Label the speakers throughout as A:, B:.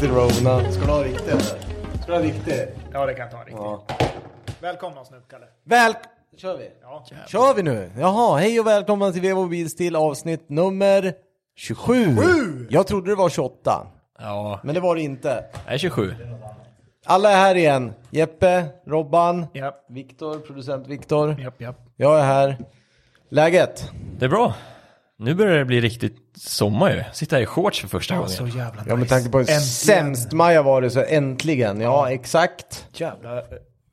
A: corona.
B: Ska du ha riktigt eller? Ska du ha riktigt?
C: Ja, det kan jag ta riktigt.
A: Ja.
C: Välkomna oss nu, Kalle.
A: Väl...
B: kör vi.
C: Ja.
A: Kör vi nu? Jaha, hej och välkomna till Vevo Bils till avsnitt nummer 27. Jag trodde det var 28,
D: Ja,
A: men det var det inte.
D: jag är 27.
A: Alla är här igen. Jeppe, Robban,
C: Japp,
A: Viktor, producent Viktor.
C: japp, japp.
A: Jag är här. Läget?
D: Det är bra. Nu börjar det bli riktigt sommar ju. Sitta här i shorts för första
C: Så
D: gången.
C: jävla nice.
A: Ja, med tanke på hur
C: Äntligen.
A: sämst maj har varit så äntligen. Ja, exakt.
C: Jävla... eh,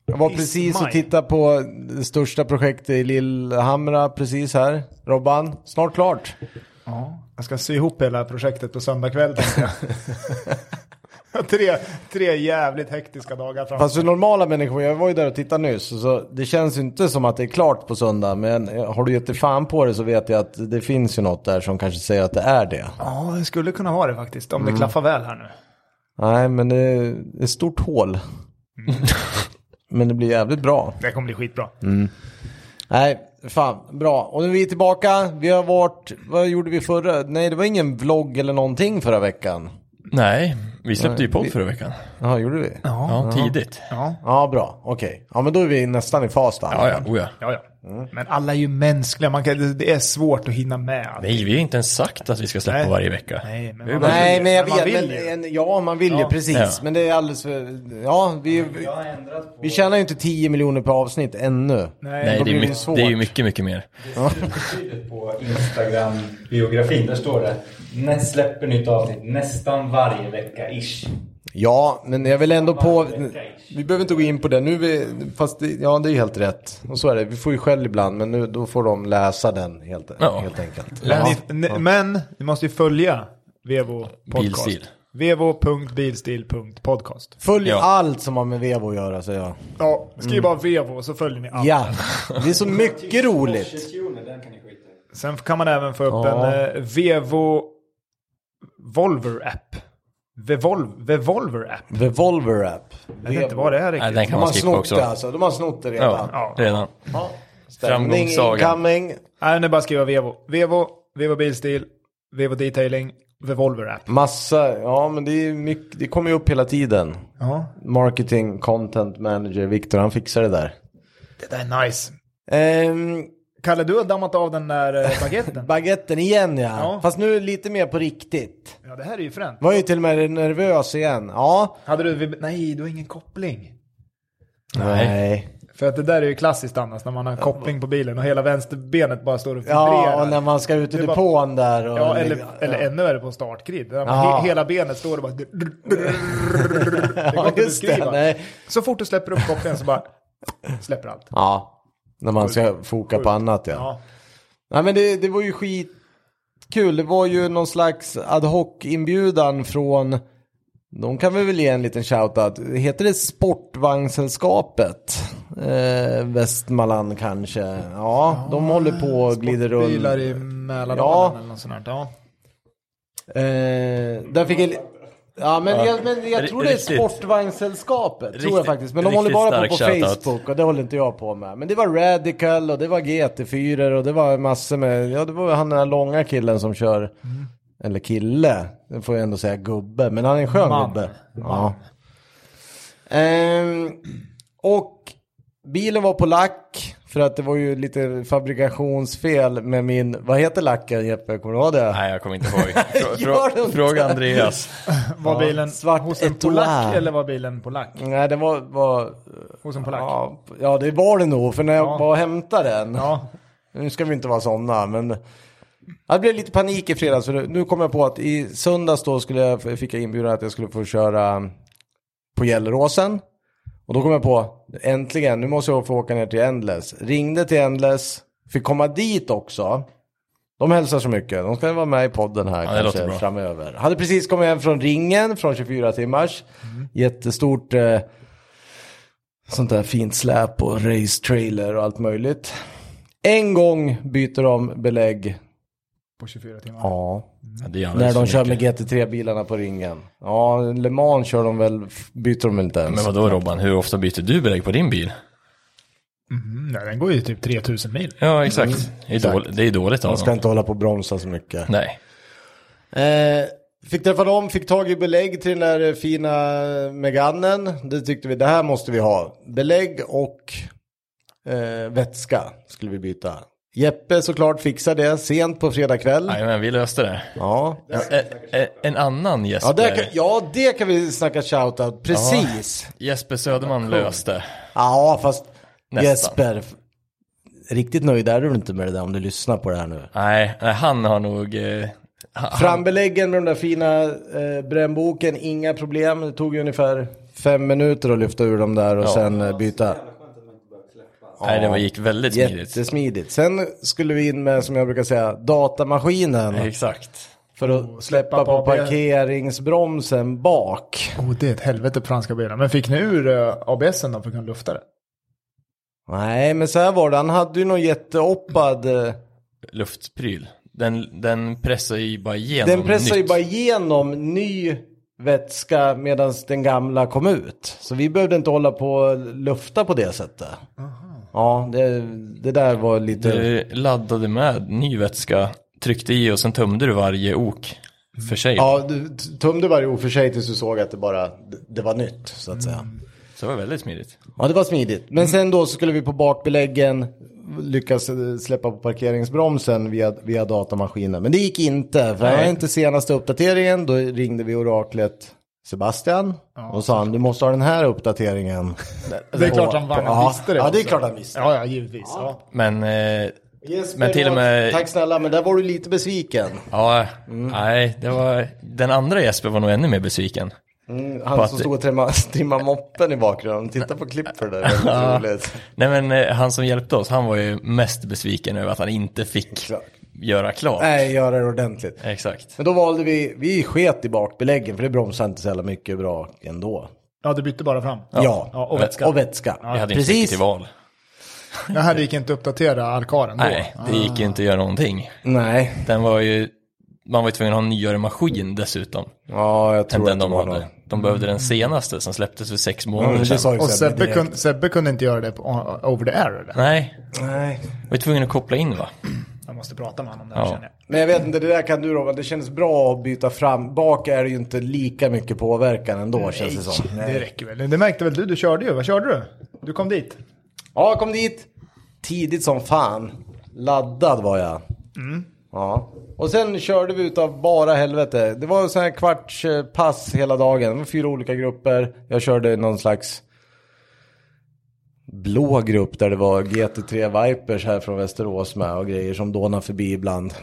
A: Jag var
C: Is
A: precis och
C: maj.
A: tittade på det största projektet i Lillhamra precis här. Robban, snart klart.
C: Ja. Jag ska sy ihop hela projektet på söndag kväll. tänkte jag. tre, tre jävligt hektiska dagar framför.
A: Fast för Alltså, normala människor, jag var ju där och tittade nyss, så det känns ju inte som att det är klart på söndag. Men har du gett dig fan på det så vet jag att det finns ju något där som kanske säger att det är det.
C: Ja, det skulle kunna vara det faktiskt. Om det klaffar väl här nu.
A: Nej, men det är ett stort hål.
C: Mm.
A: men det blir jävligt bra.
C: Det kommer bli skitbra.
A: Nej, fan, bra. Och nu är vi tillbaka. Vi har varit, vad gjorde vi förra? Nej, det var ingen vlogg eller någonting förra veckan.
D: Nej, vi släppte ju
A: vi-
D: podd förra veckan.
A: Ja, gjorde vi?
D: Ja, tidigt.
C: Ja,
A: Ja, bra. Okej. Ja, men då är vi nästan i fas där.
D: Ja, ja, oh, ja.
C: ja. ja. Men alla är ju mänskliga. Man kan, det- det är svårt att hinna med. allt.
D: Nej, vi har inte ens sagt att vi ska släppa
C: Nej.
D: varje vecka.
C: Nej, men
D: Vi
C: man-
D: bara-
A: Nej, men jag
C: Men man
A: vet.
C: vill ju.
A: Men, en, ja, man vill ju
C: Ja.
A: precis.
D: Ja.
A: Men det är alldeles för... Ja, vi, vi, vi tjänar ju inte 10 miljoner per avsnitt ännu.
C: Nej.
D: Nej,
A: Då
D: det
A: blir
D: är,
A: det
D: mycket,
A: svårt.
D: det är ju mycket, mycket mer.
E: Tydligt på Instagram-biografin, där står det Nä, släpper nytt avsnitt nästan varje vecka ish.
A: Ja, men jag vill ändå på...
E: Varje vecka-ish.
A: Vi behöver inte gå in på det nu. är Vi, fast det, ja, det är ju helt rätt. Och så är det. Vi får ju skäll ibland, men nu, då får de läsa den helt,
D: Ja.
A: helt enkelt.
C: Men,
A: Ja.
C: ni, ni, men ni måste ju följa Vevo Podcast.
D: Bilstil.
C: Vevo.bilstil.podcast.
A: Följ
D: Ja.
A: allt som har med Vevo att göra, säger jag.
C: Ja, skriv bara Vevo så följer ni allt.
A: Ja, det är så mycket roligt.
E: Porsche-tuner, den kan ni skita i.
C: Sen kan man även få upp
A: Ja.
C: en eh, Vevo Volver app. Vevolv, Vevolver app.
A: Revolver app.
C: Jag vet inte vad det är
D: Nej,
C: riktigt.
D: den
A: De
D: kan
A: har
D: man skippa
A: snott det
D: också.
A: alltså. De har snott det redan.
D: Ja, redan.
A: Stämning
D: Framgångssaga.
A: incoming.
C: Nej, det är bara att skriva Vevo. Vevo, Vevo Bilstil, Vevo Detailing, Vevolver app.
A: Massa, ja men det, är mycket, det kommer ju upp hela tiden.
C: Ja,
A: Marketing, content manager, Viktor han fixar det där.
C: det där är nice.
A: Ehm,
C: Kalle, du har dammat av den där eh, baguetten.
A: baguetten igen ja.
C: Ja.
A: fast nu lite mer på riktigt.
C: ja, det här är ju fränt.
A: Var ju till och med nervös igen. Ja.
C: Hade du, nej, du har ingen koppling.
D: Nej.
C: För att det där är ju klassiskt annars när man har koppling på bilen och hela vänsterbenet bara står och vibrerar.
A: Ja, och när man ska ut i
C: Det var-
A: depån där. Och
C: Ja, eller, eller ännu värre på startgrid. Där man
A: Ja.
C: he- Hela benet står och bara... Det går
A: Ja,
C: inte att
A: just det.
C: beskriva.
A: Nej.
C: Så fort du släpper upp kopplingen så bara släpper allt.
A: Ja, när man ska foka på annat ja.
C: Ja.
A: Nej men det, det var ju skitkul. Det var ju någon slags ad hoc inbjudan från, de kan vi väl ge en liten shoutout. Heter det Sportvagnsällskapet? Eh, Västmanland kanske. Ja, de håller på och glider runt.
C: Bilar i
A: Ja.
C: Mälardalen eller något sånt där. Ja.
A: Eh, där fick jag... Ja men, Jag, men jag
D: Ri-
A: tror det är
D: riktigt.
A: Sportvagnsällskapet, tror jag
D: Riktigt-
A: faktiskt. Men de håller
D: riktigt
A: bara på på
D: stark shoutout.
A: Facebook och det håller inte jag på med. Men det var Radical och det var GT4 och det var massor med, ja det var han den där långa killen som kör,
D: Mm.
A: eller kille, det får jag ändå säga gubbe, men han är en skön
C: Man.
A: gubbe. Ja. Ehm, och bilen var på lack, för att det var ju lite fabrikationsfel med min, vad heter lacken Jeppe, kommer du ihåg det?
D: Nej, jag kommer inte ihåg. Frå,
A: Gör det
D: frå,
A: inte.
D: fråga Andreas.
C: Var bilen
A: svart
C: hos en
A: Etoile.
C: polack eller var bilen polack?
A: Nej, det var... var
C: Hos en polack?
A: ja, ja, det var det nog, för när jag
C: Ja.
A: var och hämtade den.
C: Ja.
A: Nu ska vi inte vara sådana, men... Ja, Det blev lite panik i fredags, för nu kom jag på att i söndags då skulle jag, fick jag inbjudan att jag skulle få köra på Gelleråsen. Och då kom jag på, äntligen, nu måste jag få åka ner till Endless. Ringde till Endless, fick komma dit också. De hälsar så mycket, de ska vara med i podden här
D: det låter
A: kanske
D: bra.
A: framöver. Hade precis kommit hem från ringen från 24 timmars.
D: Mm.
A: Jättestort eh, sånt där fint släp och racetrailer och allt möjligt. En gång byter de belägg.
C: På 24 timmar.
A: Ja.
D: Ja, det är
A: När
D: alldeles
A: de
D: för
A: kör
D: mycket.
A: med GT3-bilarna på ringen. Ja, Le Mans kör de väl, byter de väl inte ens.
D: Men vadå Robban, hur ofta byter du belägg på din bil?
C: Mm, nej, den går ju typ 3000 mil.
D: Ja, exakt. det, är dåligt, det är dåligt av
A: Man ska
D: dem.
A: inte hålla på och bromsa så mycket.
D: Nej.
A: Eh, Fick träffa dem, fick tag i belägg till den där eh, fina Meganen. Det tyckte vi, det här måste vi ha. Belägg och eh, vätska skulle vi byta. Jeppe såklart fixade det sent på fredag kväll.
D: Jajamän, vi löste det.
A: Ja.
D: Eh, eh, En annan Jesper,
A: Ja, där kan, ja, det kan vi snacka shoutout. Precis.
D: Jesper Söderman löste.
A: Ja, fast
D: Nästan.
A: Jesper. f- Riktigt nöjd är du inte med det där om du lyssnar på det här nu.
D: Nej, nej, han har nog... eh, ha-
A: Frambeläggen med den där fina eh, brännboken, inga problem. Det tog ju ungefär fem minuter att lyfta ur dem där och sen eh, byta.
D: Nej, det var- gick väldigt smidigt.
A: Jättesmidigt. Sen skulle vi in med, som jag brukar säga, datamaskinen.
D: Exakt.
A: För att släppa på
C: på ABS.
A: parkeringsbromsen bak.
C: Oh, det är ett helvete på franska bilar. Men fick ni ur uh, ABSen då för att kunna lufta det?
A: Nej, men så här var det. Han hade ju någon jätteoppad... eh,
D: Luftpryl. Den, den pressar ju bara igenom
A: Den pressar ju
D: nytt.
A: bara igenom ny vätska medan den gamla kom ut. Så vi behövde inte hålla på och lufta på det sättet. Ja, det, det där var lite...
D: Du Eh, laddade med ny vätska, tryckte i och sen tömde du varje ok för sig.
A: Ja, du t- tömde varje ord för sig tills du såg att det bara det, det var nytt så att säga.
D: Så det var väldigt smidigt.
A: Ja, det var smidigt. Mm. Men sen då så skulle vi på bakbeläggen lyckas eh, släppa på parkeringsbromsen via, via datamaskinen. Men det gick inte, för det var inte senaste uppdateringen. Då ringde vi oraklet Sebastian och sa han, du måste ha den här uppdateringen.
C: Det är klart han vann. Han
A: ja,
C: visste det
A: Ja, det är
C: också.
A: klart han visste.
C: Ja, ja givetvis. Ja.
D: Men, eh,
A: Jesper,
D: Men till och med-
A: Tack Mm. snälla, men där var du lite besviken.
D: ja, nej, det var, den andra Jesper var nog ännu mer besviken.
A: Han som
D: att-
A: stod och trimma- trimmade moppen i bakgrunden. Titta på klipp för det där, det är väldigt roligt.
D: Nej men eh, han som hjälpte oss, han var ju mest besviken över att han inte fick
A: Klart.
D: göra klart.
A: Nej, göra det ordentligt.
D: Exakt.
A: Men då valde vi, vi sket i bakbeläggen för det bromsade inte så jävla mycket bra ändå.
C: ja, det bytte bara fram.
A: Ja,
C: Ja, Eh, och vätska.
A: Och vätska.
D: Vi hade inte
A: Precis.
D: riktigt val.
C: Det här gick inte att uppdatera alkaren då.
D: Nej, det gick ju inte att göra någonting.
A: Nej,
D: Den var ju, man var ju tvungen att ha en nyare maskin dessutom.
A: ja jag
D: Än
A: tror
D: den
A: att det
D: de
A: var
D: hade.
A: något.
D: De behövde den senaste som släpptes för sex
A: Ja,
D: månader
A: det
D: sedan.
A: sa ju
C: Och Sebbe,
A: direkt.
C: kun, Sebbe kunde inte göra det på, o- over the air eller?
D: Nej,
A: Nej.
D: var ju tvungen att koppla in va?
C: Jag måste prata med honom där
D: Ja.
C: känner jag.
A: Men jag vet inte, det där kan du Robban, det känns bra att byta fram. Bak är det ju inte lika mycket påverkan ändå känns det som.
C: Det räcker väl. Det märkte väl du? Du körde ju. Vad körde du? Du kom dit.
A: Ja, kom dit. Tidigt som fan. Laddad var jag.
C: Mm.
A: Ja. Och sen körde vi utav bara helvete. Det var så här kvarts eh, pass hela dagen. Det var fyra olika grupper. Jag körde någon slags blå grupp där det var GT3 Vipers här från Västerås med och grejer som dånade förbi ibland.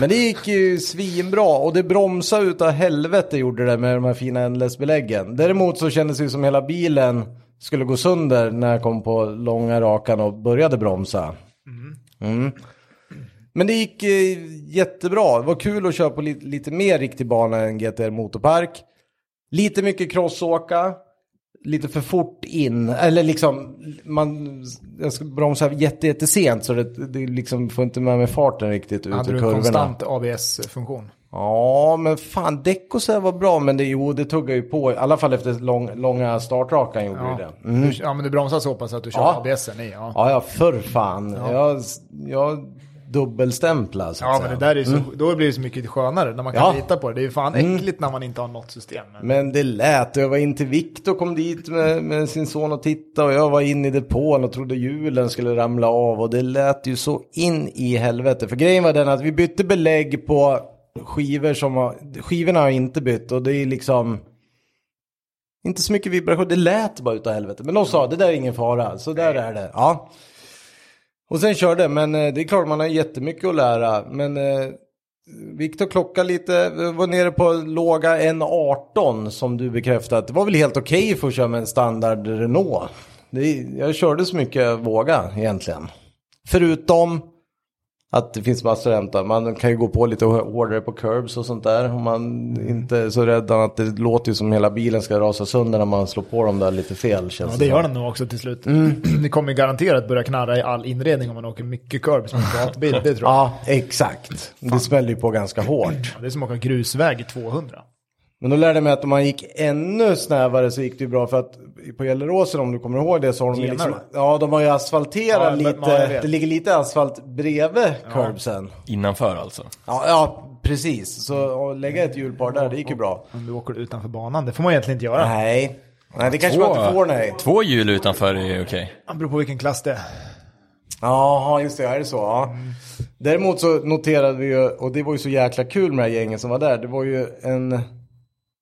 A: Men det gick ju svinbra och det bromsade utav helvete gjorde det med de här fina endless-beläggen. Däremot så kändes det ju som hela bilen skulle gå sönder när jag kom på långa rakan och började bromsa. Mm. Men det gick eh, jättebra. Det var kul att köra på lite, lite mer riktig bana än GTR Motorpark. Lite mycket crossåka. Lite för fort in. Eller liksom, man, jag ska bromsa jätte, jättesent så det, det liksom får inte med mig farten riktigt ut
C: Hade
A: ur
C: du
A: kurvorna.
C: konstant ABS-funktion?
A: Ja, men fan däck och så här var bra. Men det, jo, det tuggar ju på. I alla fall efter lång, långa startrakan gjorde
C: Ja.
A: ju det.
C: Du, ja, men du bromsar så pass att du kör
A: Ja.
C: ABSen i. Ja.
A: Ja, ja, för fan. Jag, jag dubbelstämplar så att
C: Ja, men
A: säga.
C: det där är så, Mm. då blir det så mycket skönare när man kan
A: Ja.
C: lita på det. Det är ju fan äckligt när man inte har något system. Men,
A: Men det lät, jag var in till Viktor kom dit med, med sin son och tittade och jag var in i depån och trodde hjulen skulle ramla av och det lät ju så in i helvete. För grejen var den att vi bytte belägg på skivor som har, skivorna har jag inte bytt och det är liksom inte så mycket vibration, det lät bara utav helvete. Men de sa det där är ingen fara, så där är det. Ja. Och sen körde, men eh, det är klart man har jättemycket att lära. Men eh, Viktor klockade lite, Vi var nere på låga 1.18 som du bekräftat. Det var väl helt okej för att köra med en standard Renault. Det, är- jag körde så mycket jag vågade egentligen. Förutom att det finns massor att hämta. Man kan ju gå på lite hårdare på curbs och sånt där. Om man inte är så rädd att det låter ju som hela bilen ska rasa sönder när man slår på dem där lite fel. Känns
C: ja, det gör
A: som.
C: den nog också till slut. Det kommer ju garanterat börja knarra i all inredning om man åker mycket curb som en gatbil. Det tror jag.
A: Ja, exakt. Det smäller ju på ganska hårt.
C: Det är som att åka grusväg i 200.
A: Men då lärde jag mig att om man gick ännu snävare så gick det ju bra för att på Gelleråsen om du kommer ihåg det så har de ju
C: Genar,
A: liksom,
C: va?
A: ja de har ju asfalterat
C: Ja, men-
A: lite,
C: ja, jag vet.
A: det ligger lite asfalt bredvid curbsen.
D: Innanför alltså.
A: Ja, ja precis, så att lägga ett hjulpar där det gick ju bra.
C: Om du åker utanför banan, det får man egentligen inte göra.
A: Nej, nej det kanske man inte får nej.
D: två hjul utanför är okej.
C: Det beror på vilken klass det är.
A: Jaha, just det. Ja, är det så? Ja. Däremot så noterade vi ju, och det var ju så jäkla kul med det här gänget som var där. Det var ju en,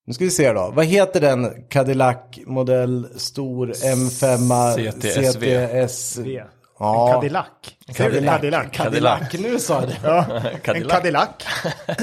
A: nu ska vi se då. Vad heter den Cadillac modell stor M5
D: CTSV?
A: CTS?
C: Det.
A: Ja.
C: En Cadillac. Ser du det? Cadillac.
A: Cadillac, nu sa jag det.
C: Ja, en
D: Cadillac.
C: Cadillac.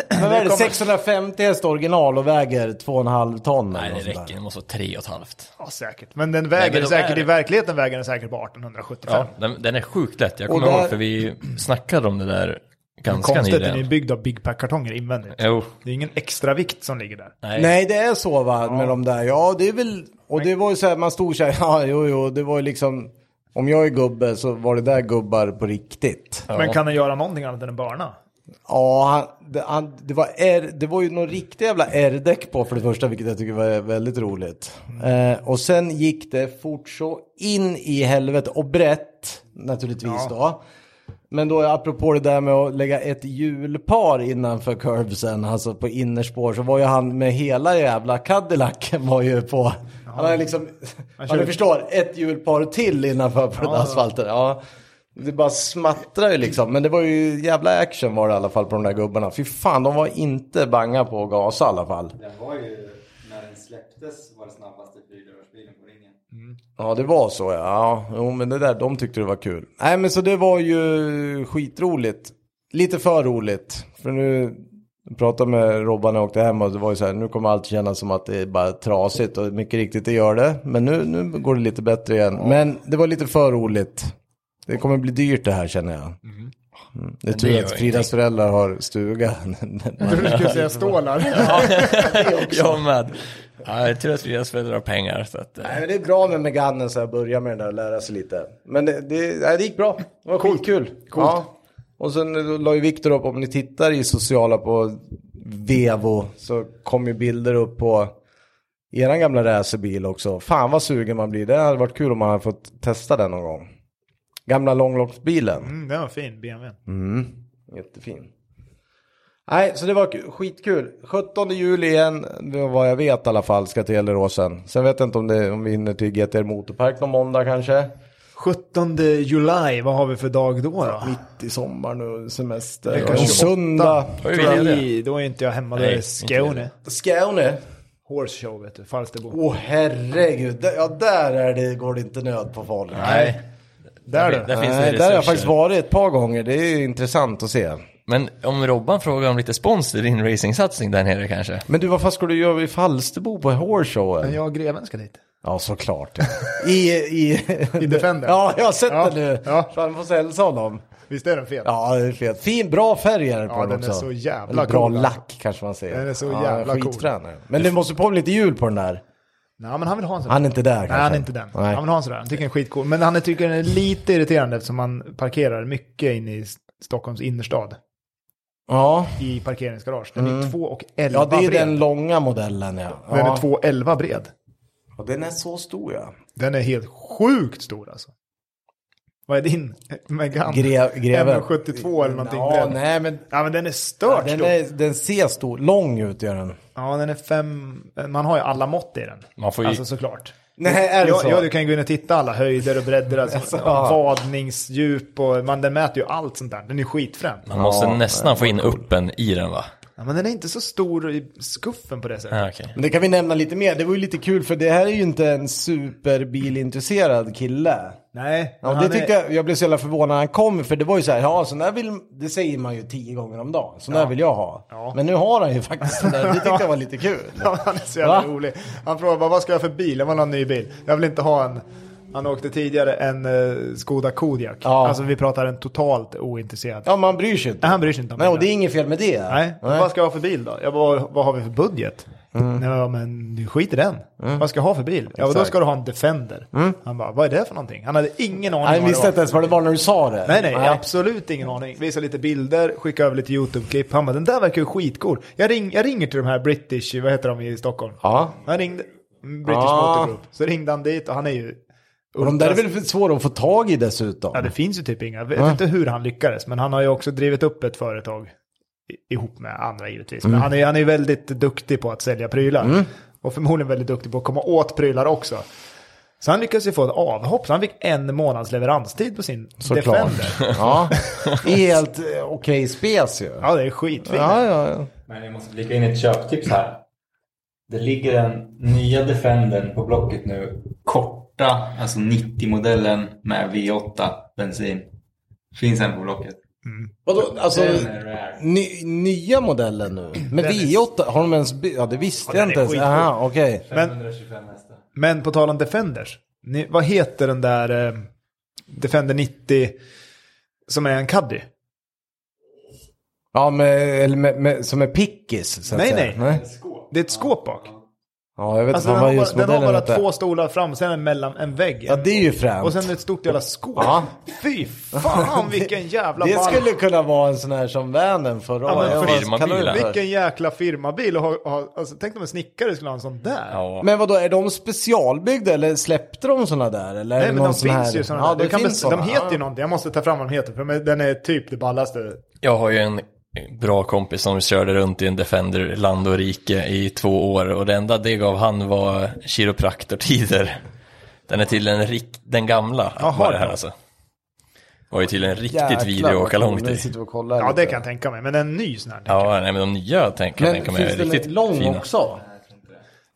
A: Men vad är det,
C: kommer-
A: 650 häst original och väger 2,5 ton? eller
D: Nej,
A: något
D: det
A: sånt där.
D: räcker. Det måste vara tre och ett halvt.
C: Ja, säkert. Men den väger
D: Nej, men de
C: säkert,
D: är det.
C: i verkligheten väger den säkert på 1875.
D: Ja, den, den är sjukt lätt. Jag
A: Och
D: kommer
A: där-
D: ihåg för vi snackade om det där ganska
C: Konstigt, den är
D: nyligen.
C: byggd av Big Pack-kartonger invändigt.
D: Jo,
C: Det är ingen extra vikt som ligger där.
D: nej.
A: Nej, det är så va, med de där. Ja, det är väl... Och det var ju så här, man stod så här, ja, jo, jo, det var ju liksom... Om jag är gubbe så var det där gubbar på riktigt.
D: Ja.
C: Men kan den göra någonting annat än en börna?
A: Ja, han, det, han, det, var R, det var ju någon riktig jävla R-däck på för det första, vilket jag tycker var väldigt roligt. Eh, och sen gick det fort så in i helvete och brett naturligtvis då. Men då apropå det där med att lägga ett hjulpar innanför curbsen, alltså på innerspår, så var ju han med hela jävla Cadillacen var ju på. Han hade liksom, ja,
C: körde-
A: du förstår, ett hjulpar till innanför på den där asfalten. Ja. Det bara smattrar ju liksom. Men det var ju jävla action var det i alla fall på de där gubbarna. Fy fan, de var inte banga på att gasa i alla fall.
E: Den var ju, när den släpptes, var det snabbaste fyrdörrsbilen på ringen.
A: Ja, det var så ja. ja. Jo, men det där, de tyckte det var kul. Nej, men så det var ju skitroligt. Lite för roligt. För nu jag pratade med Robban när jag åkte hem och det var ju så här, nu kommer allt kännas som att det är bara trasigt och mycket riktigt det gör det. Men nu, nu går det lite bättre igen. Men det var lite för roligt. Det kommer bli dyrt det här känner jag. Mm. Det är
D: det
A: tur
D: gör
A: att Fridas föräldrar har stuga.
C: Jag trodde du skulle säga stålar.
D: Jag med. Ja, jag tror att deras föräldrar har pengar. Så att, eh,
A: Nej, men det är bra med Meganen så här, börja med den där och lära sig lite. Men det, det, nej, det gick bra. Det var skitkul. Ja. Och sen eh, då la ju Viktor upp, om ni tittar i sociala på Vevo så kom ju bilder upp på eran gamla racerbil också. Fan vad sugen man blir. Det hade varit kul om man hade fått testa den någon gång. Gamla långloppsbilen.
C: Mm, den var fin, BMW.
D: Mm.
A: Jättefin. Nej, så det var ku- skitkul. 17 juli igen, det var vad jag vet i alla fall, ska till Gelleråsen. Sen vet jag inte om, det, om vi hinner till GTR Motorpark någon måndag kanske.
C: 17 juli, vad har vi för dag då? då?
A: Mitt i sommar nu, semester.
C: Vecka
A: Och
C: 28.
A: söndag.
D: Oj, det är det.
C: då är inte jag hemma, då
D: Nej,
C: är det
D: inte
C: Skåne.
A: Skåne.
C: Horse show vet du, Falsterbo.
A: Åh herregud, Där- ja där är det, går det inte nöd på folk.
D: Nej,
C: där
D: där
C: du.
D: finns det
A: Nej, där har
D: resurser.
A: jag faktiskt varit ett par gånger, det är ju intressant att se.
D: Men om Robban frågar om lite spons i din racingsatsning där nere kanske?
A: Men du, vad fan ska du göra i Falsterbo på Horse-showen?
C: Jag och greven ska dit.
A: Ja, såklart. I, i,
C: I Defender.
A: Ja, jag har sett
C: Ja,
A: den nu.
C: ja.
A: Fan, får hälsa honom.
C: Visst är den fet?
A: Ja, det är fet. Fin, bra färg är det på
C: Ja,
A: den
C: den är
A: också.
C: så jävla
A: Eller bra
C: cool, alltså.
A: lack kanske man säger.
C: Den är så
A: ja,
C: jävla cool.
A: skitfrän är den. Men det måste på med lite hjul på den där.
C: Nej, men han vill ha en sån.
A: Han är inte där kanske.
C: Nej, han är inte den.
A: Nej.
C: Han vill ha en sån där. Han tycker den är skitcool. Men han tycker den är lite irriterande eftersom han parkerar mycket in i Stockholms innerstad.
A: Ja.
C: I parkeringsgarage. Den är 2 och 11
A: Mm. ja, det är
C: bred.
A: den långa modellen ja. ja.
C: Den är 2 och 11 bred.
A: Och den är så stor ja.
C: Den är helt sjukt stor alltså. Vad är din Megane?
A: Gre greven.
C: 1,72 eller någonting
A: Ja,
C: bred.
A: nej men.
C: Ja, men den är stört
A: Den,
C: stor.
A: är, den ser stor, lång ut gör den.
C: Ja, den är fem... Man har ju alla mått i den.
D: Man får ju-
C: Alltså såklart.
A: Nej, är det
C: Ja,
A: så?
C: ja, du kan ju gå in och titta alla höjder och bredder, alltså,
A: ja.
C: vadningsdjup och man, den mäter ju allt sånt där. Den är skitfrän.
D: Man måste nästan få in uppen i den va?
C: Ja, men den är inte så stor i skuffen på det sättet.
D: Ja, okej.
A: Men det kan vi nämna lite mer. Det var ju lite kul för det här är ju inte en superbilintresserad kille.
C: Nej,
A: Ja,
C: men
A: det
C: han
A: tyckte
C: är,
A: jag, jag blev så jävla förvånad när han kom, för det var ju så här, ja sån där vill, det säger man ju tio gånger om dagen, sån där vill jag ha.
C: Ja.
A: Men nu har han ju faktiskt den där, det tyckte jag var lite kul.
C: han är så jävla
A: Va?
C: rolig. Han frågar bara, vad ska jag ha för bil? Jag vill ha en ny bil. Jag vill inte ha en... Han åkte tidigare en eh, Skoda Kodiaq.
A: Ja.
C: Alltså vi pratar en totalt ointresserad.
A: Ja, man bryr sig inte.
C: Nej, han bryr sig inte om
A: Nej, och
C: bilar.
A: det är inget fel med det.
C: Nej, vad ska jag ha för bil då? Jag bara, vad har vi för budget? Nej men skit i den. Vad ska jag ha för bil? Ja och då
A: Mm. Exakt.
C: ska du ha en Defender. Han bara, vad är det för någonting? Han hade ingen aning
A: Han
C: vad det
A: visste
C: var.
A: inte ens vad det var när du sa det.
C: Nej, nej, absolut ingen aning. Visa lite bilder, skicka över lite YouTube-klipp. Han bara, den där verkar ju skitcool. Jag, ring, jag ringer till de här British, vad heter de i Stockholm?
A: Ja.
C: Han ringde, mm, British
A: Ja.
C: Motor Group. Så ringde han dit och han är ju...
A: Och de där är väl svåra att få tag i dessutom?
C: Ja, det finns ju typ inga. Jag vet inte hur han lyckades, men han har ju också drivit upp ett företag i- ihop med andra givetvis.
A: Mm.
C: Men han är, han är väldigt duktig på att sälja prylar. Och förmodligen väldigt duktig på att komma åt prylar också. Så han lyckades ju få ett avhopp, så han fick en månads leveranstid på sin
A: Såklart.
C: Defender.
A: Ja. Helt eh, okej spec ju.
C: Ja, det är skitfint.
A: Ja, ja, ja.
E: Men jag måste flika in ett köptips här. Det ligger den nya Defendern på Blocket nu. Korta, alltså 90-modellen med V8 bensin. Finns en på Blocket.
A: Vadå, alltså
E: Den är rare.
A: ny, nya modellen nu? Med
C: Den är-
A: V8, har de ens by- Ja, det visste
C: Ja,
A: jag
C: den
A: inte
C: är
A: ens.
C: skitcool.
A: Aha, okej.
E: 525 hästar.
C: Men på tal om Defenders, ni, vad heter den där eh, Defender 90 som är en Caddy?
A: Ja, med, eller med, med, som är pickis så att
C: Nej,
A: säga.
C: nej.
E: Ett skåp.
C: Det är ett skåp bak.
A: Ja, jag vet
C: Alltså,
A: inte
C: den,
A: vad
C: har
A: just
C: bara, den har
A: modellen
C: bara
A: heter.
C: två stolar fram, sen en mellan en vägg.
A: Ja, det är ju fränt.
C: Och sen ett stort jävla skåp.
A: Ja.
C: Fy fan vilken jävla
A: det
C: ball.
A: skulle kunna vara en sån här som Vänern förra
C: Ja, men
A: året.
C: för-
A: Vad kallar du det för?
C: Vilken jäkla firmabil. Och ha, ha, alltså, tänk om en snickare skulle ha en sån där.
D: Ja.
A: Men vadå, är de specialbyggda eller släppte de såna där? Eller är
C: Nej
A: det
C: men
A: någon
C: de
A: sån
C: finns
A: här?
C: ju sådana
A: ja,
C: där.
A: det
C: Du kan
A: finns
C: bes- de
A: såna.
C: heter ju
A: Ja.
C: någonting, jag måste ta fram vad de heter. För de- den är typ det ballaste.
D: Jag har ju en bra kompis som körde runt i en Defender land och rike i två år och det enda det gav han var kiropraktortider. Den är tydligen rik, den gamla.
C: Jaha,
D: var det här
C: då.
D: alltså. Var ju tydligen riktigt
A: Jäklar,
D: vidrig att
A: vad
D: åka
A: kul.
D: långt
A: Vi
D: i.
A: sitter och kollar
C: Ja
A: lite.
C: det kan jag tänka mig. Men en ny sån här.
D: Ja, nej men de nya tänker jag
A: Men
D: tänka
A: finns
D: mig är
A: den
D: riktigt
A: lång
D: fina.
A: också?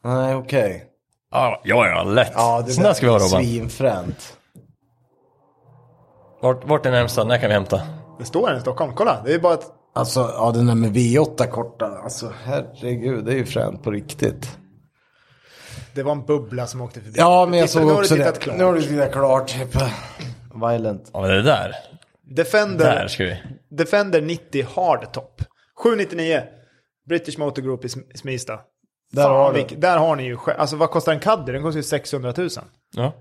A: Nej, okej.
D: Ja, ja, ja, lätt.
A: Ja, det
D: Sån där ska vi ha Robban.
A: Svinfränt.
D: Vart, vart är närmsta? När kan vi hämta?
C: Det står en i Stockholm, kolla. Det är bara ett...
A: Alltså, ja den där med V8 korta. Alltså herregud, det är ju fränt på riktigt.
C: Det var en bubbla som åkte förbi.
A: Ja, men jag
C: Titta,
A: såg
C: nu har
A: också
C: du
A: det.
C: tittat klart.
A: Nu har du tittat klart. typ. Violent.
D: Ja, men det där.
C: Defender,
D: Där ska vi.
C: Defender 90 Hardtop. 799. British Motor Group i Sm- Smista.
A: Där
C: Fan,
A: har du.
C: vilk- där har ni ju själv. Alltså vad kostar en Caddy? Den kostar ju 600 000.
D: Ja.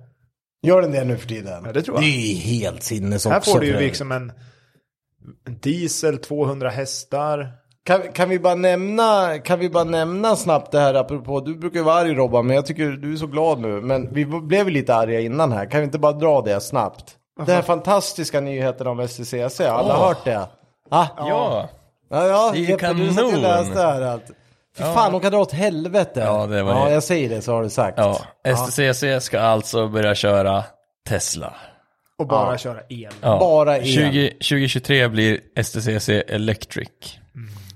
A: Gör den det nu för tiden?
C: Ja, det tror jag.
A: Det är ju helt sinnes också.
C: Här får du ju
A: för övrigt.
C: liksom en, en diesel, 200 hästar.
A: Kan, kan, vi bara nämna, kan vi bara nämna snabbt det här apropå, du brukar ju vara arg Robban, men jag tycker du är så glad nu. Men vi blev ju lite arga innan här, kan vi inte bara dra det snabbt? Den här fantastiska nyheten om SCCC, har alla
D: Åh.
A: hört det? Ah,
D: ja.
A: Ja, ja,
D: Det är ju
A: Jeppe, du satt ju och
D: kanon.
A: läste här att... Fy fan, de kan dra åt helvete.
D: Ja, det var
A: Ja,
D: det.
A: jag säger det så har du sagt.
D: Ja, STCC ska alltså börja köra Tesla.
C: Och bara köra el.
D: Ja.
A: Bara el.
D: 20, 2023 blir STCC Electric.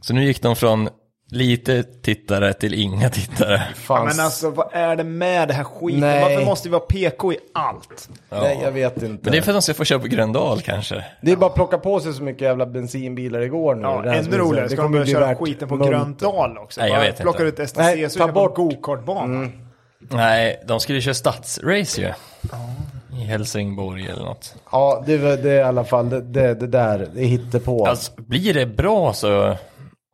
D: Så nu gick de från lite tittare till inga tittare.
A: Fan,
C: Men alltså vad är det med det här skiten?
A: Nej.
C: Varför måste vi vara PK i allt?
A: nej jag vet inte.
D: Men det är för att de ska få köpa Gröndal kanske.
A: bara att plocka på sig så mycket jävla bensinbilar igår nu.
C: Ja,
A: Det här som
C: ännu
A: är så-
C: roligare ska de
A: kommer
C: börja
A: bli
C: köra
A: värt
C: skiten på
A: munt.
C: Gröndal också.
D: Nej, jag
C: Bara
D: vet inte.
C: plockar ut STC
A: Nej,
C: och
A: ta
C: köper bort
A: bort. Mm.
C: gokartbana.
D: Nej, de skulle ju köra stadsrace ju. I Helsingborg eller något.
A: Ja, det, var- det är i alla fall det, det, det där, det hittar på.
D: Alltså, blir det bra så,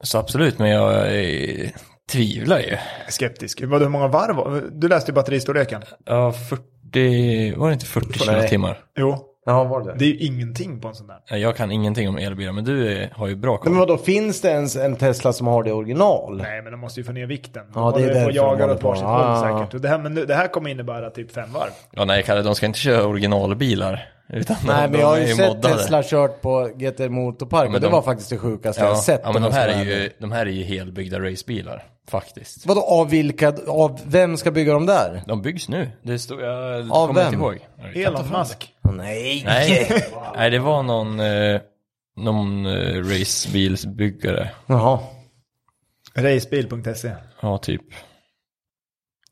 D: så absolut, men jag eh, tvivlar ju.
C: Skeptisk. Vadå, Hur många varv? var- Du läste ju batteristorleken.
D: Ja, 40, var det inte 40 kilowattimmar?
C: Jo,
A: ja, var det.
C: det är ju ingenting på en sån där.
D: Nej, Jag kan ingenting om elbilar, men du eh, har ju bra koll.
A: Men vadå, finns det ens en Tesla som har det original?
C: Nej, men de måste ju få ner vikten. De
A: Ja, det är
C: håller på och
A: därför de
C: jagar
A: håller
C: åt
A: på. Ah.
C: varsitt
A: Ja,
C: håll
A: ja, ja.
C: säkert. Och det, här, men nu, det här kommer innebära typ fem varv.
D: Ja, nej, Kalle, de ska inte köra originalbilar. Utan
A: Nej,
D: de,
A: men
D: de
A: jag har
D: är
A: ju sett
D: moddade.
A: Tesla kört på GT Motorpark och
D: men
A: det
D: de-
A: var faktiskt det sjukaste jag har
D: Ja,
A: sett.
D: ja, men
A: om
D: de
A: jag
D: här,
A: ska
D: är
A: vara ärlig.
D: ju, de här är ju helbyggda racebilar, faktiskt.
A: Vadå av vilka, av vem ska bygga dem där?
D: De byggs nu, det stod jag
A: Av
D: kommer inte
A: vem?
D: ihåg.
C: Elon Musk.
A: Nej.
D: Nej, nej, det var någon, eh, någon eh, racebilsbyggare.
A: Jaha.
C: Racebil.se.
D: Ja, typ.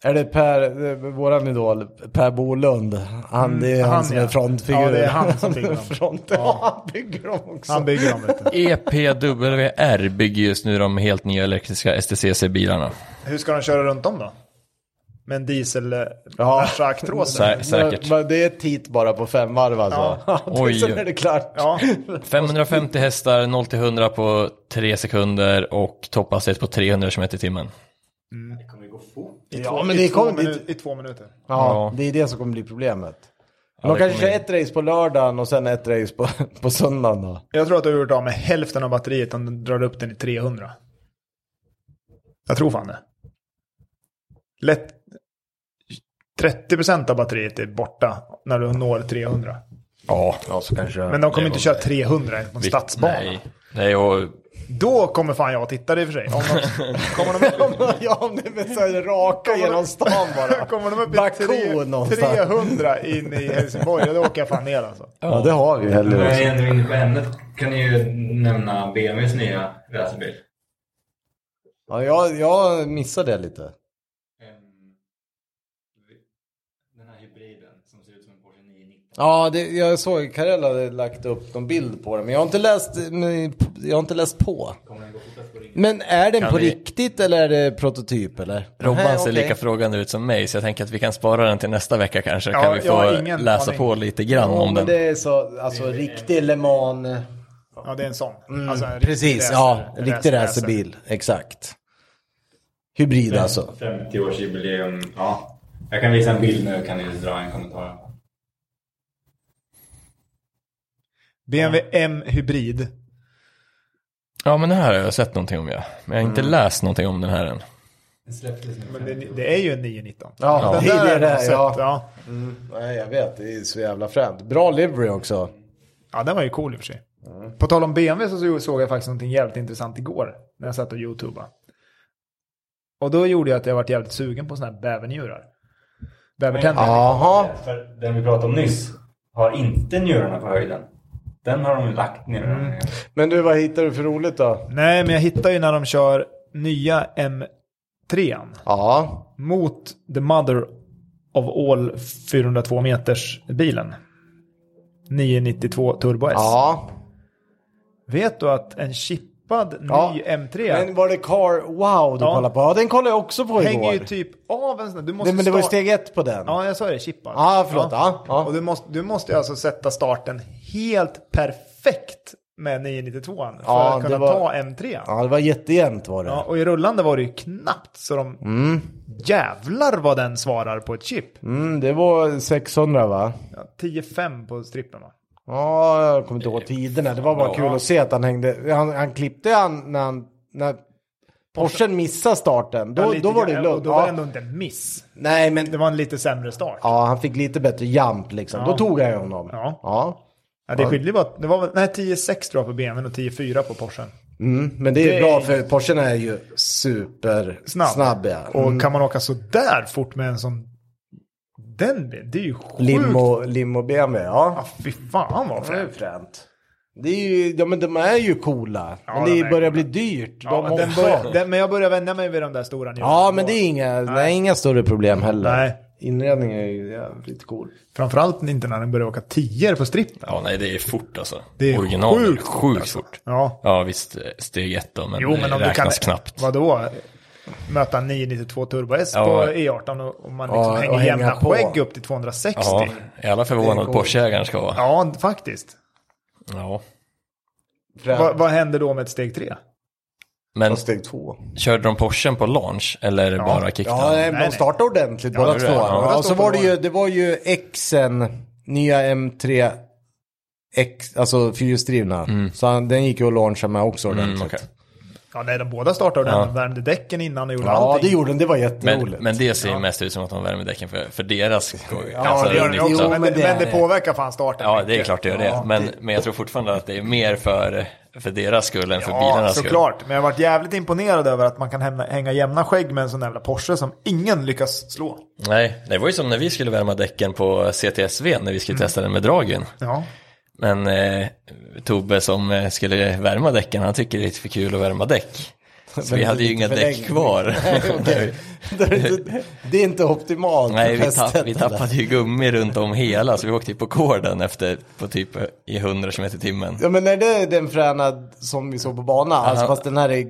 A: Är det Per, eh, våran idol, Per Bolund? Han, det är han, som
C: Mm. ja.
A: är frontfigur.
C: Ja, det är han som bygger dem.
A: Front, ja, han bygger dem också.
C: Han bygger dem lite.
D: E EPWR bygger just nu de helt nya elektriska STCC-bilarna.
C: Hur ska de köra runt dem då? Med en diesel eh,
A: Ja.
C: ja. traktråse?
D: Sä- säkert.
A: Men, men det är ett hit bara på fem varv alltså. Ja.
D: Oj.
A: Sen är det klart.
C: Ja.
D: 550 hästar, 0 till 100 på 3 sekunder och topphastighet på 300 km i timmen.
E: Det kommer ju gå fort.
A: Ja,
C: Två-
A: men
C: i,
A: det
C: två
A: kommer...
C: minu-
A: det-
C: I två minuter.
A: Ja,
D: Ja.
A: det är det som kommer bli problemet.
D: Ja,
A: de
D: det
A: kanske kör
D: kommer-
A: ett race på lördagen och sen ett race på, på söndagen då.
C: Jag tror att du har gjort av med hälften av batteriet om du drar upp den i 300. Jag tror fan det. Lätt. 30% av batteriet är borta när du når 300.
A: Ja, så kanske
C: Men de kommer
D: det
C: inte
D: var-
C: köra 300 ens på en
D: Vi-
C: stadsbana.
D: Nej, nej och
C: Då kommer fan jag att titta det i och för sig. Om de, kommer, de upp,
A: ja, om det är så här raka genom stan bara.
C: kommer de
A: Baku
C: upp i
A: någonstans.
C: 3, 300 in i Helsingborg, då åker jag fan ner alltså.
A: Ja, det har vi ju
E: När
A: heller
E: vi
A: också.
E: ändå är inne på ämnet kan ni ju nämna BMWs nya racerbil.
A: Ja, jag, jag missade det lite.
E: Ehm, vi- Den här hybriden som ser ut som en Porsche 990.
A: Ja, det, jag såg Carell hade lagt upp någon bild på det, men jag har inte läst, men jag har inte läst på.
E: Kommer den gå fortast på ringen?
A: Men är den
D: Kan
A: på
D: vi-
A: riktigt eller är det prototyp eller?
D: Robban
A: Nej,
D: ser
A: okej.
D: lika frågande ut som mig, så jag tänker att vi kan spara den till nästa vecka kanske.
C: Ja,
D: kan vi
C: jag har
D: få
C: ingen
D: läsa
C: aning.
D: på lite grann
A: Ja,
D: om
A: men
D: den.
A: det är så, alltså riktig Le Mans.
C: Ja, det är en sån. Alltså, en riktig
A: Mm, Precis,
C: racer-
A: ja. en Riktig
C: racer-
A: racerbil, exakt. Hybrid alltså.
E: 50-årsjubileum, ja. Jag kan visa en bild nu kan ni dra en kommentar.
C: BMW M hybrid.
D: Ja, men det här har jag sett någonting om, ja. Men jag har
A: Mm.
D: inte läst någonting om den här än.
E: Den släpptes nu.
C: Men det, det är ju en 919.
A: Ja,
C: Den
A: det är
C: där
A: det
C: har
A: där,
C: jag sett,
A: ja.
C: ja.
A: Nej, jag vet. Det är så jävla fränt. Bra livery också.
C: Ja, den var ju cool i och för sig.
A: Mm.
C: På tal om BMW så så- såg jag faktiskt någonting jävligt intressant igår när jag satt och youtubade. Och då gjorde jag att jag varit jävligt sugen på sådana här bävernjurar. Bävertänder.
A: Jaha.
E: För den vi pratade om nyss har inte njurarna på höjden. Den har de lagt njurarna mm.
A: Men du, vad hittar du för roligt då?
C: Nej, men jag hittar ju när de kör nya M3
A: Ja.
C: mot the mother of all 402 meters bilen. 992 Turbo S.
A: Ja.
C: Vet du att en chippad
A: Ja.
C: ny M3
A: Men var det Car Wow du
C: Ja.
A: kollade på? Ja, den kollade jag också på
C: hänger
A: igår.
C: ju typ av en sån där. Du måste
A: Nej, men det var ju
C: starta-
A: steg ett på den.
C: Ja, jag sa det. Chippad.
A: Ja, förlåt. Ja, ja.
C: Och du måste, du måste ju alltså sätta starten helt perfekt med 992 an för
A: Ja,
C: att
A: det
C: kunna
A: var-
C: ta M3. Ja.
A: Ja, det var jättejämnt var det.
C: och i rullande var det ju knappt så de... Jävlar vad den svarar på ett chip.
A: Mm, det var 600 va?
C: Ja, 10-5 på strippen va?
A: Ja, jag kommer inte ihåg tiderna. Det var bara
D: Ja.
A: kul att se att han hängde. Han, han klippte han när, han, när Porschen missade starten. Då,
C: Ja, lite
A: då var det
C: grann. Och
A: lugnt.
C: Då var det
A: Ja.
C: ändå inte en miss.
A: Nej, men
C: Det var en lite sämre start. Ja.
A: ja, han fick lite bättre jump liksom. Då
C: Ja.
A: tog han ju honom.
C: Ja.
A: ja.
C: det skiljer bara... Det var väl... Nej, 10-6 tror jag på BMWn och 10-4 på Porschen.
A: Mm, men det är
C: Det-
A: bra för Porschen är ju supersnabb.
C: Snabb.
A: Snabb ja. Mm.
C: Och kan man åka så där fort med en sån... Den bilen, det är ju sjukt.
A: Limo, limo BMW,
C: Ja,
A: ja.
C: fy fan vad
A: Det är ju
C: fränt.
A: fränt. Det är ju, ja, men de är ju coola. men
C: de
A: det
C: är
A: börjar bli dyrt.
C: Ja,
A: de
C: den
A: också.
C: börjar, den, men jag börjar vänja mig vid de där stora njurarna.
A: Ja, men det är inga, nej, inga större problem heller.
C: Nej.
A: Inredningen är ju jävligt cool.
C: Framförallt inte när den börjar åka tior på strippen.
D: Ja, nej, det är fort alltså.
C: Det är
D: Original.
C: sjukt fort,
D: sjukt
C: alltså.
D: fort.
C: Ja.
D: Ja, visst, steg ett då, men
C: Jo, men
D: det
C: om du kan...
D: räknas knappt.
C: Vadå? Möta en 992 Turbo S
D: Ja.
C: på E18 och, och man liksom
A: Ja,
C: hänger
A: och hänga
C: jämna
A: på.
C: skägg upp till 260.
D: Ja,
C: Ja,
D: i alla
A: Det är
D: förvånad
A: coolt.
D: Porscheägaren ska vara.
C: faktiskt.
D: Ja.
C: Va, vad händer då med ett steg 3?
D: Men
A: steg två.
D: körde de Porschen på launch eller bara
A: Ja,
D: kickdown?
A: nej, men
C: nej.
A: de startade ordentligt båda
D: det
A: två.
D: är det. Ja,
A: Ja,
C: de
A: och så
C: startade
A: var det ju,
C: ordentligt.
A: det var ju Xen, nya M3 X, alltså fyrhjulsdrivna. Så han, den gick ju att launcha med också ordentligt.
D: Mm, okej.
C: Ja, nej, de båda startade den.
D: Ja.
C: De värmde däcken innan och gjorde
A: Ja,
C: allting.
A: det gjorde den. Det var
D: Men,
A: jätteroligt.
D: men det ser ju mest ut som att de värmer däcken för, för deras Alltså, liksom-
C: Ja, det gör
A: det
C: den
A: är
C: också.
A: jo, men
C: men, det,
A: det
C: men
A: är
C: det
A: det.
C: påverkar fan starten.
D: Ja, det är
C: mycket.
D: klart det gör det. Men, men jag tror fortfarande att det är mer för, för deras skull än för bilarnas skull.
C: såklart. Men jag har varit jävligt imponerad över att man kan hämna, hänga jämna skägg med en sån jävla Porsche som ingen lyckas slå.
D: Nej, det var ju som när vi skulle värma däcken på CTSV när vi skulle testa den med dragen.
C: Ja.
D: Men eh, Tobbe som eh, skulle värma däcken, han tycker det är lite för kul att värma däck. Så vi hade ju inga däck
A: förlängning.
D: kvar.
A: okej. det, är inte, det är inte optimalt.
D: Nej, vi,
A: testet,
D: tapp, vi
A: eller?
D: tappade ju gummi runt om hela, så vi åkte ju på gården efter, på typ eh, i 100 km i timmen.
A: Ja, men är det den fräna som vi såg på banan? Alltså,
D: Ja.
A: fast den här är...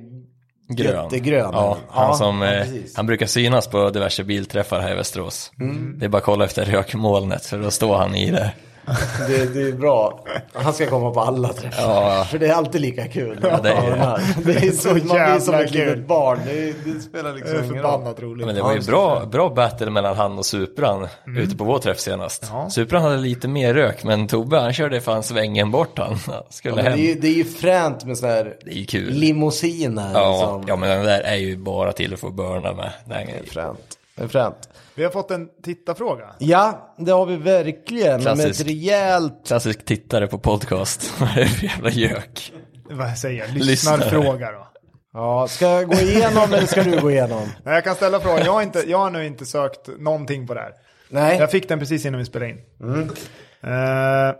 D: Grön.
A: Jättegrön.
D: Ja, han,
A: Ja,
D: som,
A: ja,
D: eh,
A: precis.
D: han brukar synas
A: Mm.
D: på diverse bilträffar här i Västerås. Det är bara att kolla efter rökmolnet, för då står han i det.
A: Det, det är bra. Han ska komma på alla träffar.
D: Ja.
A: För det är alltid lika kul.
D: det är det.
A: det är så,
C: Så
A: man blir som
C: jävla
A: ett
C: kul.
A: litet barn. Det, det spelar
C: Det är
A: liksom ingen roll.
C: förbannat roligt.
D: Men det var ju bra, bra battle mellan han och Supran
A: Mm.
D: ute på vår träff senast.
C: Ja.
D: Supran hade lite mer rök, men Tobbe han körde fan svängen bort han. Han Skulle
A: Men det, är
D: hem.
A: ju, det är ju fränt med sådana här
D: Det är ju kul.
A: limousiner.
D: Ja,
A: liksom.
D: ja, men den där är ju bara till för att burna med. Den är
A: Fränt. Det är fränt.
C: Vi har fått en tittarfråga.
A: Ja, det har vi verkligen. Men med ett
D: Klassisk.
A: rejält
D: klassisk tittare på podcast. Vad är det för jävla gök?
C: Vad säger jag?
D: Lyssnare.
C: Lyssnarfråga då.
A: Ja, ska jag gå igenom eller ska du gå igenom?
C: Nej, jag kan ställa frågan. Jag har, inte, jag har nu inte sökt någonting på det här.
A: Nej.
C: Jag fick den precis innan vi spelade in. Eh,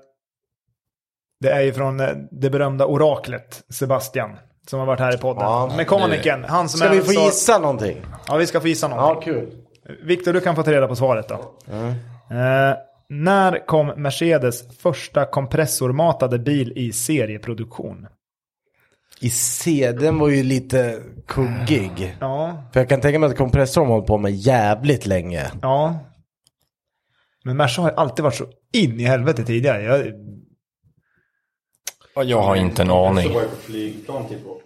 C: det är ju från eh, det berömda oraklet Sebastian. Som har varit här i podden.
A: Ja,
C: Mekanikern. Han som
A: Ska
C: är
A: vi
C: en
A: få
C: stor-
A: gissa någonting?
C: Ja, vi ska få gissa någonting.
A: kul.
C: Viktor, du kan få ta reda på svaret då. Eh, när kom Mercedes första kompressormatade bil i serieproduktion?
A: I C, den var ju lite kuggig.
C: Ja,
A: För jag kan tänka mig att kompressorn har hållit på med jävligt länge.
C: ja. Men Merca har ju alltid varit så in i helvete tidigare. Jag,
D: Jag har inte en aning.
E: Så var jag på flygplan typ på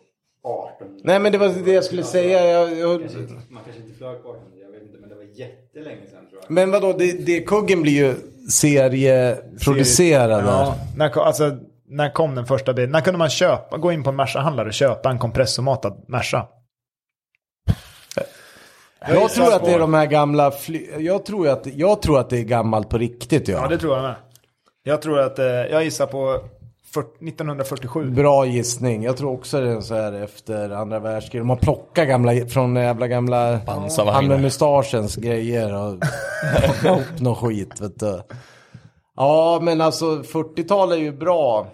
E: 18.
A: Nej, men det var det jag skulle säga. Jag, jag...
E: Man kanske inte flög på 18, jag vet inte, men det var jättelänge sedan tror jag.
A: Men vadå, det, det, kuggen blir ju serieproducerade.
C: Ja, när, ko- alltså, när kom den första bilen? När kunde man köpa, gå in på en Merca-handlare och köpa en kompressormatad Merca?
A: Jag tror att det är de här gamla... Fly... Jag, tror att, jag tror att det är gammalt på riktigt. Ja.
C: Ja, det tror jag med. Jag tror att, eh, jag gissar på fyrt- 1947.
A: Bra gissning. Jag tror också det är så här efter andra världskriget. Man plockar gamla, från jävla gamla...
D: Pansarvagnar.
A: Han med mustaschens grejer och plockar upp någon skit vet du. Ja men alltså 40-tal är ju bra.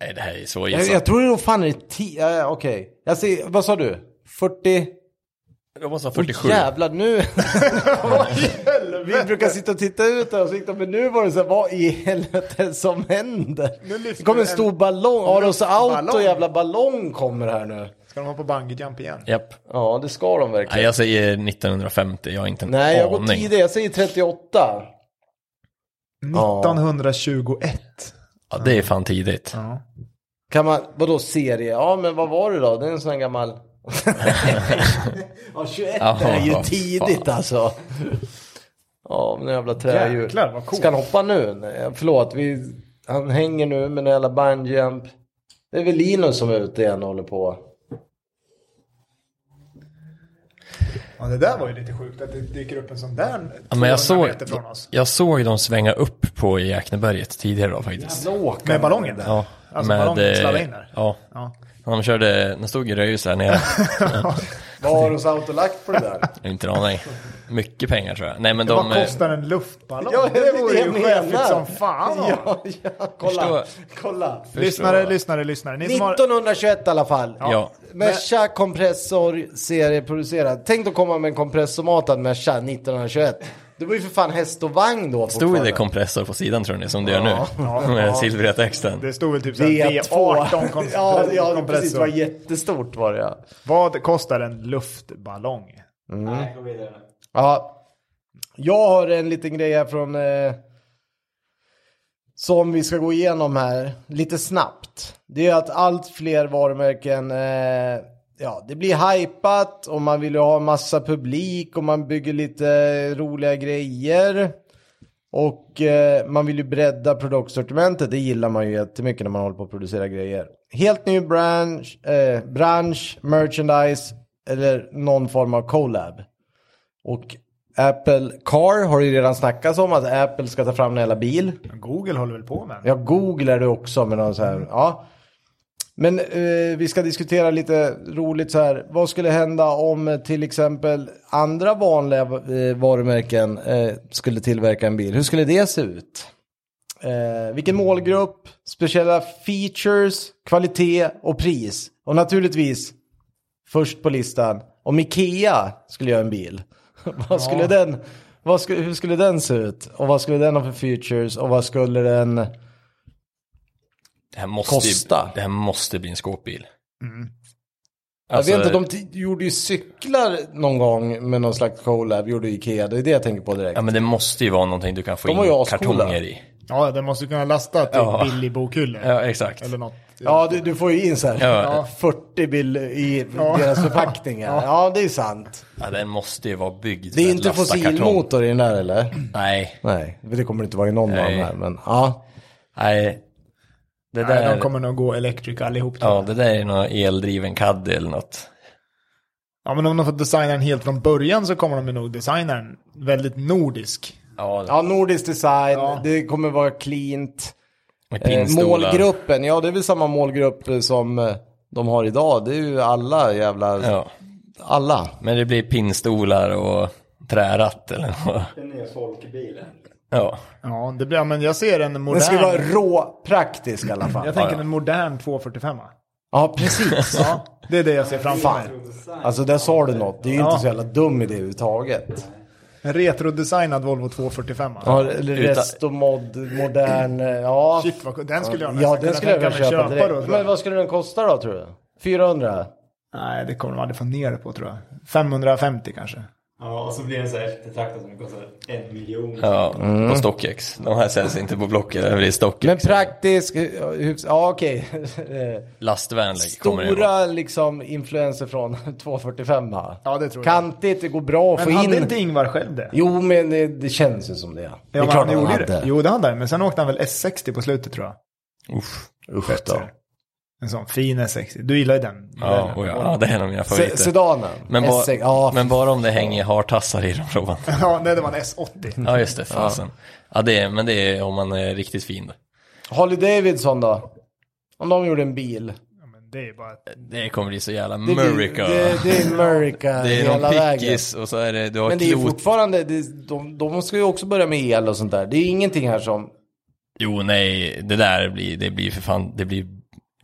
D: Nej, det här är så
A: Jag,
D: gissat.
A: jag tror det nog fan är 10, äh, okej. Jag ser, vad sa du? 40?
D: De måste ha 47.
A: Jävlar nu. Vi brukar sitta och titta ut här och så gick de, men nu var det så här, vad i helvete som händer?
C: Nu lyfter
A: Det kom en
C: en
A: stor ballong, Aros Auto
C: luftballong.
A: jävla ballong kommer här nu.
C: Ska de vara på bungee jump igen?
D: Japp.
A: Ja, det ska de verkligen.
D: Nej, jag säger 1950, jag har inte en
A: Nej, jag
D: aning.
A: går tidigt. Jag säger 38.
C: 1921.
D: Ja, det är fan tidigt.
C: Ja.
A: Kan man, vadå serie? Ja, men vad var det då? Det är en sån här gammal... ja, 21 är ju
D: Ja,
A: tidigt alltså. Ja, men jävla trädjur.
C: Jäklar, vad coolt.
A: Ska han hoppa nu? Nej, förlåt, vi, han hänger nu med en jävla bungyjump. Det är väl Linus som är ute igen och håller på.
C: ja, det där var ju lite sjukt att det dyker upp en sån där
D: Ja, men
C: 200
D: jag såg,
C: meter från oss.
D: jag såg dem svänga upp på Jäkneberget tidigare då faktiskt.
C: Med ballongen?
D: Ja,
C: Alltså, ballongen
D: eh,
C: sladdade in där.
D: Ja,
C: Ja.
D: de körde, de stod i röjhus där nere.
A: Vad har Aros Auto lagt på det där?
D: Jag har inte en aning. Mycket pengar tror jag. Nej men de...
C: Vad
D: eh,
C: kostar en luftballong?
A: Ja, det är
C: det vore
A: det
C: ju
A: jag menar.
C: chefigt som fan. va?
A: ja, ja, kolla. kolla.
C: Lyssnare, lyssnare, lyssnare. Ni som har...
A: 1921 i alla fall.
D: Ja.
A: Merca kompressor serieproducerad. Tänk att komma med en kompressormatad Merca 1921. Det var ju för fan häst och vagn då
D: Stod
A: fortfarande.
D: det kompressor på sidan tror ni, som det gör nu? Med silvriga texten.
C: Det stod väl typ
A: V2.
C: V18
A: ja, ja, precis. Det var
C: kompressor.
A: jättestort var det ja.
C: Vad kostar en luftballong?
E: Nej, gå vidare nu.
A: ja. Jag har en liten grej här från eh, som vi ska gå igenom här lite snabbt. Det är att allt fler varumärken eh, Ja, det blir hypat och man vill ju ha massa publik och man bygger lite roliga grejer. Och eh, man vill ju bredda produktsortimentet. Det gillar man ju jättemycket när man håller på att producera grejer. Helt ny bransch, eh, bransch merchandise eller någon form av collab. Och Apple Car har ju redan snackats om att Apple ska ta fram en hela bil.
C: Google håller väl på med den?
A: Jag googlade också med någon så här, ja. Men eh, vi ska diskutera lite roligt så här. Vad skulle hända om eh, till exempel andra vanliga eh, varumärken eh, skulle tillverka en bil? Hur skulle det se ut? Eh, vilken målgrupp, speciella features, kvalitet och pris. Och naturligtvis, först på listan, om Ikea skulle göra en bil. vad skulle den, vad sku, hur skulle den se ut? Och vad skulle den ha för features? Och vad skulle den...
D: Det här måste,
A: Kosta. Mm.
D: Ju, det här måste bli en skåpbil. Alltså,
A: jag vet inte, de t- gjorde ju cyklar någon gång med någon slags collab, gjorde Ikea, det är det jag tänker på direkt.
D: Ja men det måste ju vara någonting du kan få
A: De var ju
D: in
A: ascoola.
D: kartonger i.
C: Ja, den måste kunna lasta till
D: Ja.
C: billig bokhylla.
D: Ja, exakt.
C: Eller något.
A: Ja, du, du får ju in så här,
D: Ja.
A: ja. 40 bil i deras förpackningar. Ja. det är sant.
D: Ja, den måste ju vara byggd
A: Det är
D: för att
A: inte
D: lasta kartong.
A: fossilmotor i den där eller?
D: Nej,
A: Nej, det kommer det inte vara i någon av de
D: Nej.
A: här. Men ja,
D: nej. Det där,
C: Nej, de kommer nog gå electric allihop. tror
D: ja,
C: jag.
D: det där är någon eldriven caddy eller något.
C: Ja, men om de får designa den helt från början så kommer de nog designa den väldigt nordisk.
D: Ja,
A: ja nordisk design,
C: Ja.
A: det kommer vara cleant.
D: med
A: Eh,
D: pinstolar.
A: målgruppen, ja det är väl samma målgrupp eh, som eh, de har idag. Det är ju alla jävla,
D: Ja,
A: alla.
D: men det blir pinnstolar och träratt eller något.
E: Den nya folkbilen.
D: Ja,
C: Ja, det blir, ja, men jag ser en
A: Den
C: modern.
A: ska vara råpraktisk i alla fall.
C: Jag tänker
D: ja.
C: en modern 245.
A: Ja, precis.
C: Ja, det är det jag ser framför mig.
A: Fan. Alltså där sa du något. Det är ju
C: Ja.
A: inte så jävla dum idé överhuvudtaget.
C: En retrodesignad Volvo 245.
A: Ja, eller
D: Utan-
A: restomod, modern, eh, ja.
C: Shit, vad kul. Den skulle jag
A: Ja,
C: nästan
A: den skulle jag
C: kunna
A: vilja köpa
C: tänka mig köpa.
A: direkt.
C: då, tror jag.
A: Men vad skulle den kosta då tror du? 400?
C: Nej, det kommer de aldrig få ner det på tror jag. 550 kanske.
E: Ja, och så blir den så här eftertraktad som kostar en miljon.
D: ja på
A: Mm.
D: Stockex. De här säljs inte på Blocket, det blir
A: Men
D: Stockex.
A: praktisk, eh, hyfs- ja okej. Eh,
D: Lastvänlig kommer det vara.
A: Stora liksom influenser från 245 va?
C: Ja, det tror jag.
A: Kantigt, det går bra att få
C: Men hade
A: in.
C: inte Ingvar själv det?
A: Jo men det, det känns ju som det. Ja, det
C: men han gjorde
A: han
C: det. Jo, det hade han. Men sen åkte han väl S60 på slutet tror jag.
D: Usch.
A: Usch då.
C: En sån fin S60. Du gillar ju den.
D: Ja, och ja, ja, det är en av mina
A: Se-
D: favoriter.
A: Sedanen.
D: men,
A: S6,
D: bara,
A: ja,
D: men bara om det hänger hartassar i dem, Robban.
C: ja, nej, det var en S80.
A: Mm.
D: Ja, just det. Fasen. Ja, det är, men det är om man är riktigt fin.
A: Harley Davidson då? Om de gjorde en bil.
C: Ja, men det är ju bara...
D: Det kommer bli så jävla
A: Det blir-
D: America.
A: Det, det är America
D: Det är
A: hela
D: någon
A: vägen.
D: pickis och så är det, du har
A: Men det är ju
D: klot.
A: fortfarande, det, de, de ska ju också börja med el och sånt där. Det är ju ingenting här som,
D: Jo, nej, det där blir, det blir för fan, det blir,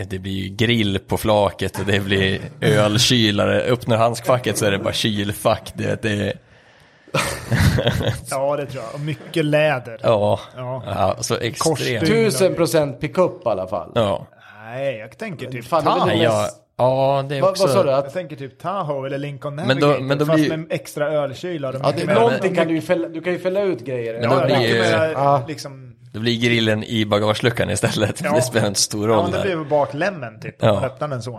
D: det blir ju grill på flaket och det blir ölkylare. Öppnar handskfacket så är det bara kylfack. Det, det,
C: Ja, det tror jag. Och mycket läder.
D: ja,
C: Ja.
D: ja, så extremt.
C: Korsstygn.
A: tusen procent pickup i alla fall.
D: Ja,
C: Nej, jag tänker typ
A: Fan, det är väl
C: Tahoe.
A: det
D: ja, ja, det är
A: Va,
D: också...
A: vad sa du?
C: Jag
A: Att,
C: tänker typ Tahoe eller Lincoln
D: då-
C: Navigator.
D: men då
C: fast
D: blir-
C: med extra ölkylare.
A: ja, det,
C: Mycket mer-
A: någonting kan du ju fälla, du kan ju fälla ut grejer.
D: då
C: Ja,
D: blir
C: mycket
D: ju-
C: mer,
A: Ja.
C: liksom...
D: Det blir grillen i bagageluckan istället.
C: Ja.
D: Det spelar inte stor
C: Ja,
D: roll
C: men det
D: där.
C: blir väl baklämmen typ.
D: Ja.
C: Ja. Öppnar den så.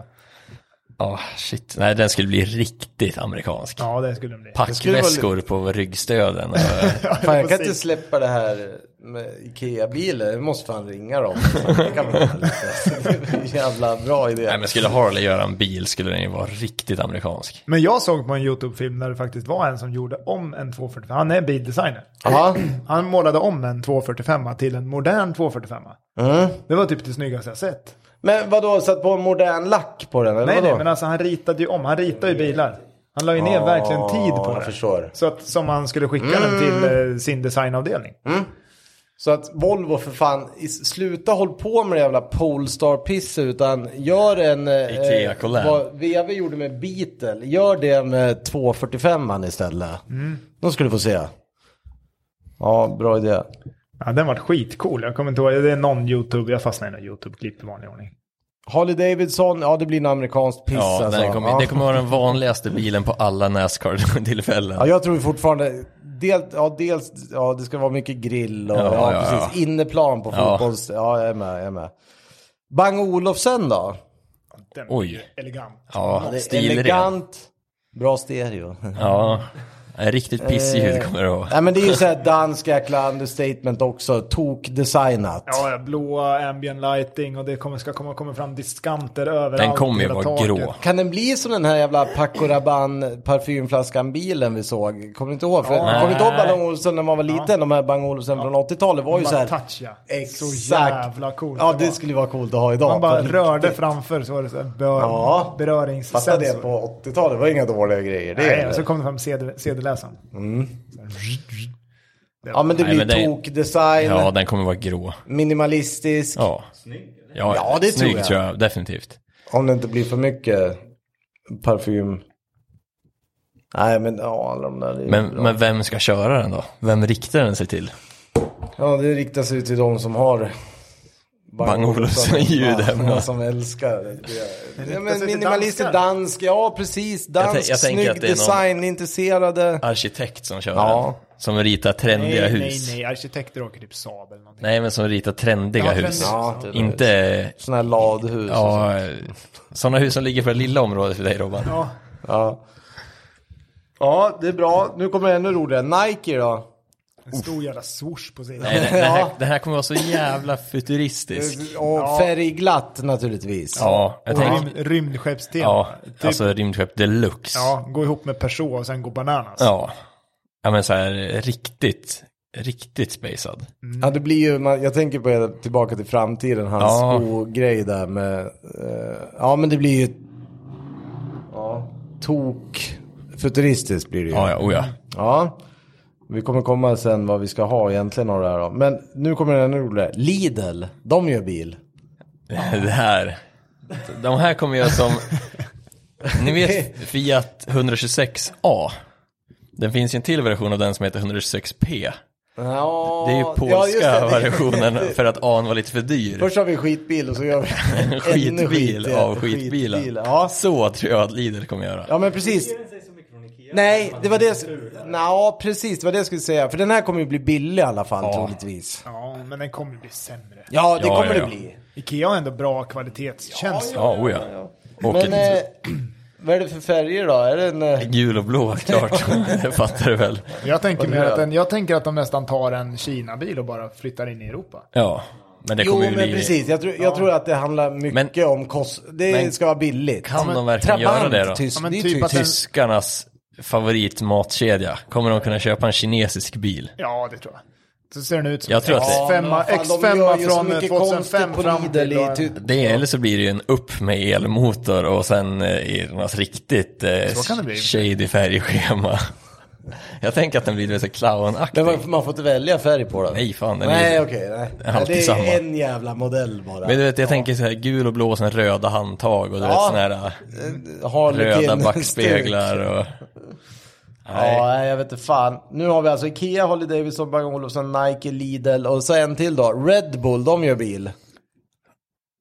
D: Ja, Ah, shit. Nej, den skulle bli riktigt amerikansk.
C: Ja, det skulle den bli.
A: skulle vara
D: Packväskor på ryggstöden. Eh,
A: Fan,
D: Och,
A: jag kan
C: Precis.
A: inte släppa det här med Ikea-bilar. Jag måste fan ringa dem. Det kan man göra lite. Jävla bra
D: nej,
A: idé.
D: men skulle Harley göra en bil skulle den ju vara riktigt amerikansk.
C: Men jag såg på en YouTube-film där det faktiskt var en som gjorde om en 245. Han är bildesigner.
A: Ja,
C: Han målade om en 245 till en modern 245.
A: Mm.
C: Det var typ det snyggaste jag sett.
A: Men vadå, satt på en modern lack på den? Eller
C: Nej,
A: vadå?
C: nej, men alltså han ritade ju om. Han ritade ju bilar. Han la ju ner
A: Ja,
C: verkligen tid på
A: jag
C: det.
A: förstår. Mm.
C: Så att som han skulle skicka den till eh, sin designavdelning.
A: Så att Volvo för fan, i- sluta håll på med det jävla Polestar-piss utan gör en... eh,
D: Ikea collab.
A: Vad VW gjorde med Beetle, gör det med 245 istället. Då ska du få se. Ja, bra idé.
C: Ja, den var skitcool. Jag kommer inte ihåg. Det är någon YouTube. Jag fastnade i någon YouTube-klipp i vanlig ordning.
A: Harley Davidson, ja det blir en amerikansk piss
D: Ja,
A: alltså.
D: den kommer,
A: ja.
D: Det kommer vara den vanligaste bilen på alla Nascar-tillfällen.
A: ja, jag tror fortfarande... Del, ja, dels, ja, det ska vara mycket grill och
D: Ja,
A: ja,
D: ja, ja.
A: precis. Inneplan på
D: Ja.
A: fotbolls... Ja, jag är med, jag är med. Bang Olofsen då?
C: Den
D: Oj.
C: är Elegant.
D: Ja,
A: Det är
D: stilren.
A: Elegant, bra stereo.
D: Ja, en riktigt
A: Eh,
D: pissljud kommer det vara.
A: Nej men det är ju såhär dansk jäkla understatement också, tok-designat.
C: Ja, ja, blåa ambient lighting och det kommer, ska komma, komma fram diskanter överallt.
D: Den kommer ju
C: hela
D: vara
C: taket.
D: grå.
A: Kan den bli som den här jävla Paco Rabanne parfymflaskan bilen vi såg? Kommer du inte ihåg? För,
C: Ja.
A: Kommer du inte ihåg Bang Olufsen när man var liten? De här Bang Olufsen från 80-talet var ju
C: Bara
A: såhär...
C: touch, ja. Så
A: Exakt.
C: jävla coolt.
A: Ja
C: var.
A: det skulle vara coolt att ha idag.
C: Man bara
A: på
C: rörde
A: riktigt.
C: framför så var det så här bör,
A: Ja. Fatta
C: beröringssensor.
A: det på 80-talet, det var inga dåliga grejer. Det
C: Nej,
A: är
C: och
A: det.
C: så kom det fram CD CD-läsaren.
D: Mm,
A: Ja men det
D: Nej,
A: blir
D: men det-
A: tok-design,
D: Ja, den kommer vara grå.
A: minimalistisk.
D: Ja. Ja,
A: Ja, det tror
D: snygg
A: jag.
D: tror jag. Definitivt.
A: Om det inte blir för mycket parfym. Nej men ja, alla de där. det är
D: Men,
A: bra.
D: men vem ska köra den då? Vem riktar den sig till?
A: Ja det riktar sig till de som har.
D: Bang Olufsen-ljud
A: Ja,
D: hemma.
A: Som älskar. det. Det, ja, men
C: sig till
A: minimalistisk
C: danskar.
A: dansk, ja precis. Dansk,
D: jag tänker
A: snygg
D: att det är någon-
A: design, intresserade.
D: Arkitekt som kör
A: Ja.
D: den. Som ritar trendiga
C: nej,
D: hus.
C: nej,
D: Nej,
C: nej. Arkitekter åker typ Saab eller någonting.
D: men som ritar trendiga
C: Ja,
D: hus.
C: trendiga.
A: Ja, typ.
D: Inte,
A: Sådana här ladhus. och så.
D: ja, sådana hus som ligger på det lilla området för dig Robban.
C: Ja,
A: Ja. ja, det är bra. Nu kommer ännu roligare. Nike då.
C: en stor jävla swoosh på sidan.
D: Nej, det, det, här,
A: Ja.
D: det här kommer vara så jävla futuristisk.
A: Och färgglatt naturligtvis.
D: Ja, jag
C: Och
D: tänker,
C: rym, rymdskeppstema.
D: ja,
C: typ,
D: alltså rymdskepp deluxe.
C: ja, gå ihop med Peugeot och sen gå bananas.
D: Ja. Ja men så här riktigt, riktigt spacad.
A: Ja, det blir ju, man, jag tänker på det Tillbaka till framtiden, hans
D: Ja.
A: skogrej där med, eh, ja men det blir ju, ja, tok, futuristiskt blir det ju.
D: Ja, ja, oh ja.
A: Ja. Vi kommer komma sen vad vi ska ha egentligen av det här då. Men nu kommer det ännu roligare. Lidl, de gör bil.
D: Det här. De här kommer jag som, ni vet Fiat 126A. Den finns ju en till version av den som heter 126P.
A: Ja,
D: Det är ju
A: ja,
D: polska
A: just det.
D: versionen för att A'n var lite för dyr.
A: Först har vi en skitbil och så gör vi
D: En
A: ännu
D: skitbil
A: skit-
D: av skitbilen.
A: Ja.
D: Så tror jag att Lidl kommer göra.
A: ja, men precis. Nej, det var det. Ja, precis. Det var det jag skulle säga. För den här kommer ju bli billig i alla fall,
D: Ja.
A: troligtvis.
C: Ja, men den kommer ju bli sämre.
A: Ja, det
D: Ja,
A: kommer
D: ja, ja.
A: det bli.
C: Ikea har ändå bra kvalitetstjänst.
D: Ja, oh ja. Och
A: Men
D: ett-
A: eh, vad är det för färger då? Är det en... eh,
D: Gul och blå, klart. det fattar du väl.
C: Jag, tänker mer
A: röd.
C: att den, jag tänker att de nästan tar en Kina-bil och bara flyttar in i Europa.
D: Ja, men det
A: Jo,
D: kommer ju
A: men
D: bli...
A: precis. Jag, tror- jag tror att det handlar mycket
D: Men-
A: om kost. Det
D: men-
A: ska vara billigt.
D: Kan
A: Men
D: de verkligen göra det då?
A: Tysk,
C: Ja, men
A: det är
C: typ
A: typ
C: att den-
D: Tyskarnas favoritmatkedja. Kommer de kunna köpa en kinesisk bil?
C: Ja, det tror jag. Så ser den ut som
D: Jag tror att det-
C: X5,
A: Ja, men fan, de gör ju
C: X5
A: så
C: från eh,
A: mycket
C: 2005
A: konstigt på
C: fram till...
A: Lidl i typ-
C: då.
A: Ty-
D: Det, eller så blir det ju en upp med elmotor och sen eh, i något riktigt eh,
C: Så kan det bli.
D: shady färgschema. Jag tänker att den blir lite
A: Men
D: clownaktig.
A: man, man får inte välja färg på den?
D: Nej, fan, den är-
A: Nej, okej. nej.
D: alltid
A: det är
D: samma.
A: en jävla modell bara.
D: Men du vet, jag tänker så här gul och blå och sen röda handtag och du vet, såna här eh,
A: Harlequin-
D: röda
A: stuk.
D: backspeglar och... Nej.
A: Ja, nej, jag vet inte fan. Nu har vi alltså Ikea, Harley Davidson, Bang Olufsen, Nike, Lidl och så en till då. Red Bull, de gör bil.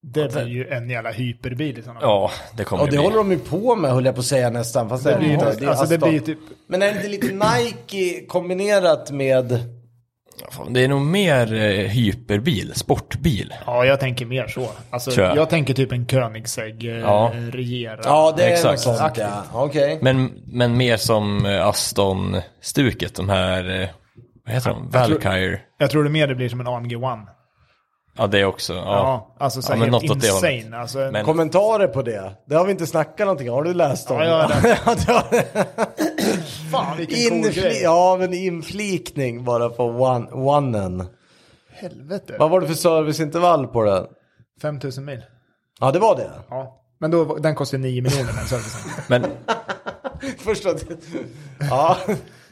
C: Det
A: Alltså-
C: blir ju en jävla hyperbil i sådana fall.
D: Ja, det kommer
A: Och det
D: bli.
A: håller de ju på med höll jag på att säga nästan. Fast det,
C: blir ju
A: ja,
C: nästan- alltså, det
A: Aston.
C: blir ju typ-
A: Men är det inte lite Nike kombinerat med...
D: Fan, Det är nog mer eh, hyperbil, sportbil.
C: Ja, jag tänker mer så. Alltså,
D: Tror
C: jag.
D: jag.
C: tänker typ en Koenigsegg eh,
D: Ja.
C: regera.
A: Ja, det är
D: Exakt.
A: något sånt ja. Okej.
D: Men, men mer som eh, Aston-stuket, de här, eh, vad heter de? Valkyrie.
C: Jag tror det mer det blir som en AMG One.
D: Ja, det också. Ja,
C: Ja, alltså så
D: Ja,
C: här
D: men
C: helt
D: något åt det hållet.
C: insane. Alltså, en-
D: Men-
A: Kommentarer på det? Det har vi inte snackat någonting om. Har du läst om
C: Ja, jag har
A: det? Ja, det har-
C: fan vilken cool
A: Infli-
C: grej.
A: ja, men inflikning bara på one- onen.
C: Helvete.
A: Vad var det för serviceintervall på den?
C: 5000 mil.
A: Ja, det var det.
C: Ja. Men då, var- den kostar ju 9 miljoner den servicen.
D: Men
A: Första... ja.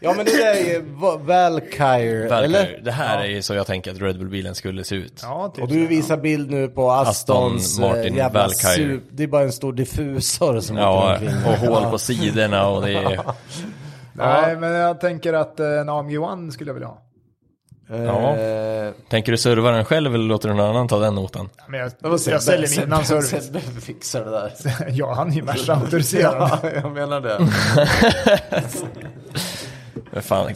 A: ja, men det där är ju Va- Valkyrie,
D: Valkyrie,
A: eller?
D: det här är ju så jag tänker att Red Bull-bilen skulle se ut.
C: Ja, typ.
A: Och du visar bild nu på Astons
D: Aston Martin
A: eh, jävla
D: Valkyrie.
A: sup... Det är bara en stor diffusor som åker
D: Ja,
A: omkring.
D: och hål på sidorna och det är...
C: Nej, men jag tänker att eh, en AMG One skulle jag vilja ha.
D: Ja.
A: Eh,
D: Tänker du serva den själv eller låter du någon annan ta den notan?
C: Ja, Men jag,
A: vad
C: jag,
A: säger
C: säljer
A: Sebbe?
C: min innan service.
A: Sebbe fixar det där.
C: ja, han är ju värsta auktoriserad.
A: jag menar det.
D: Men Fan,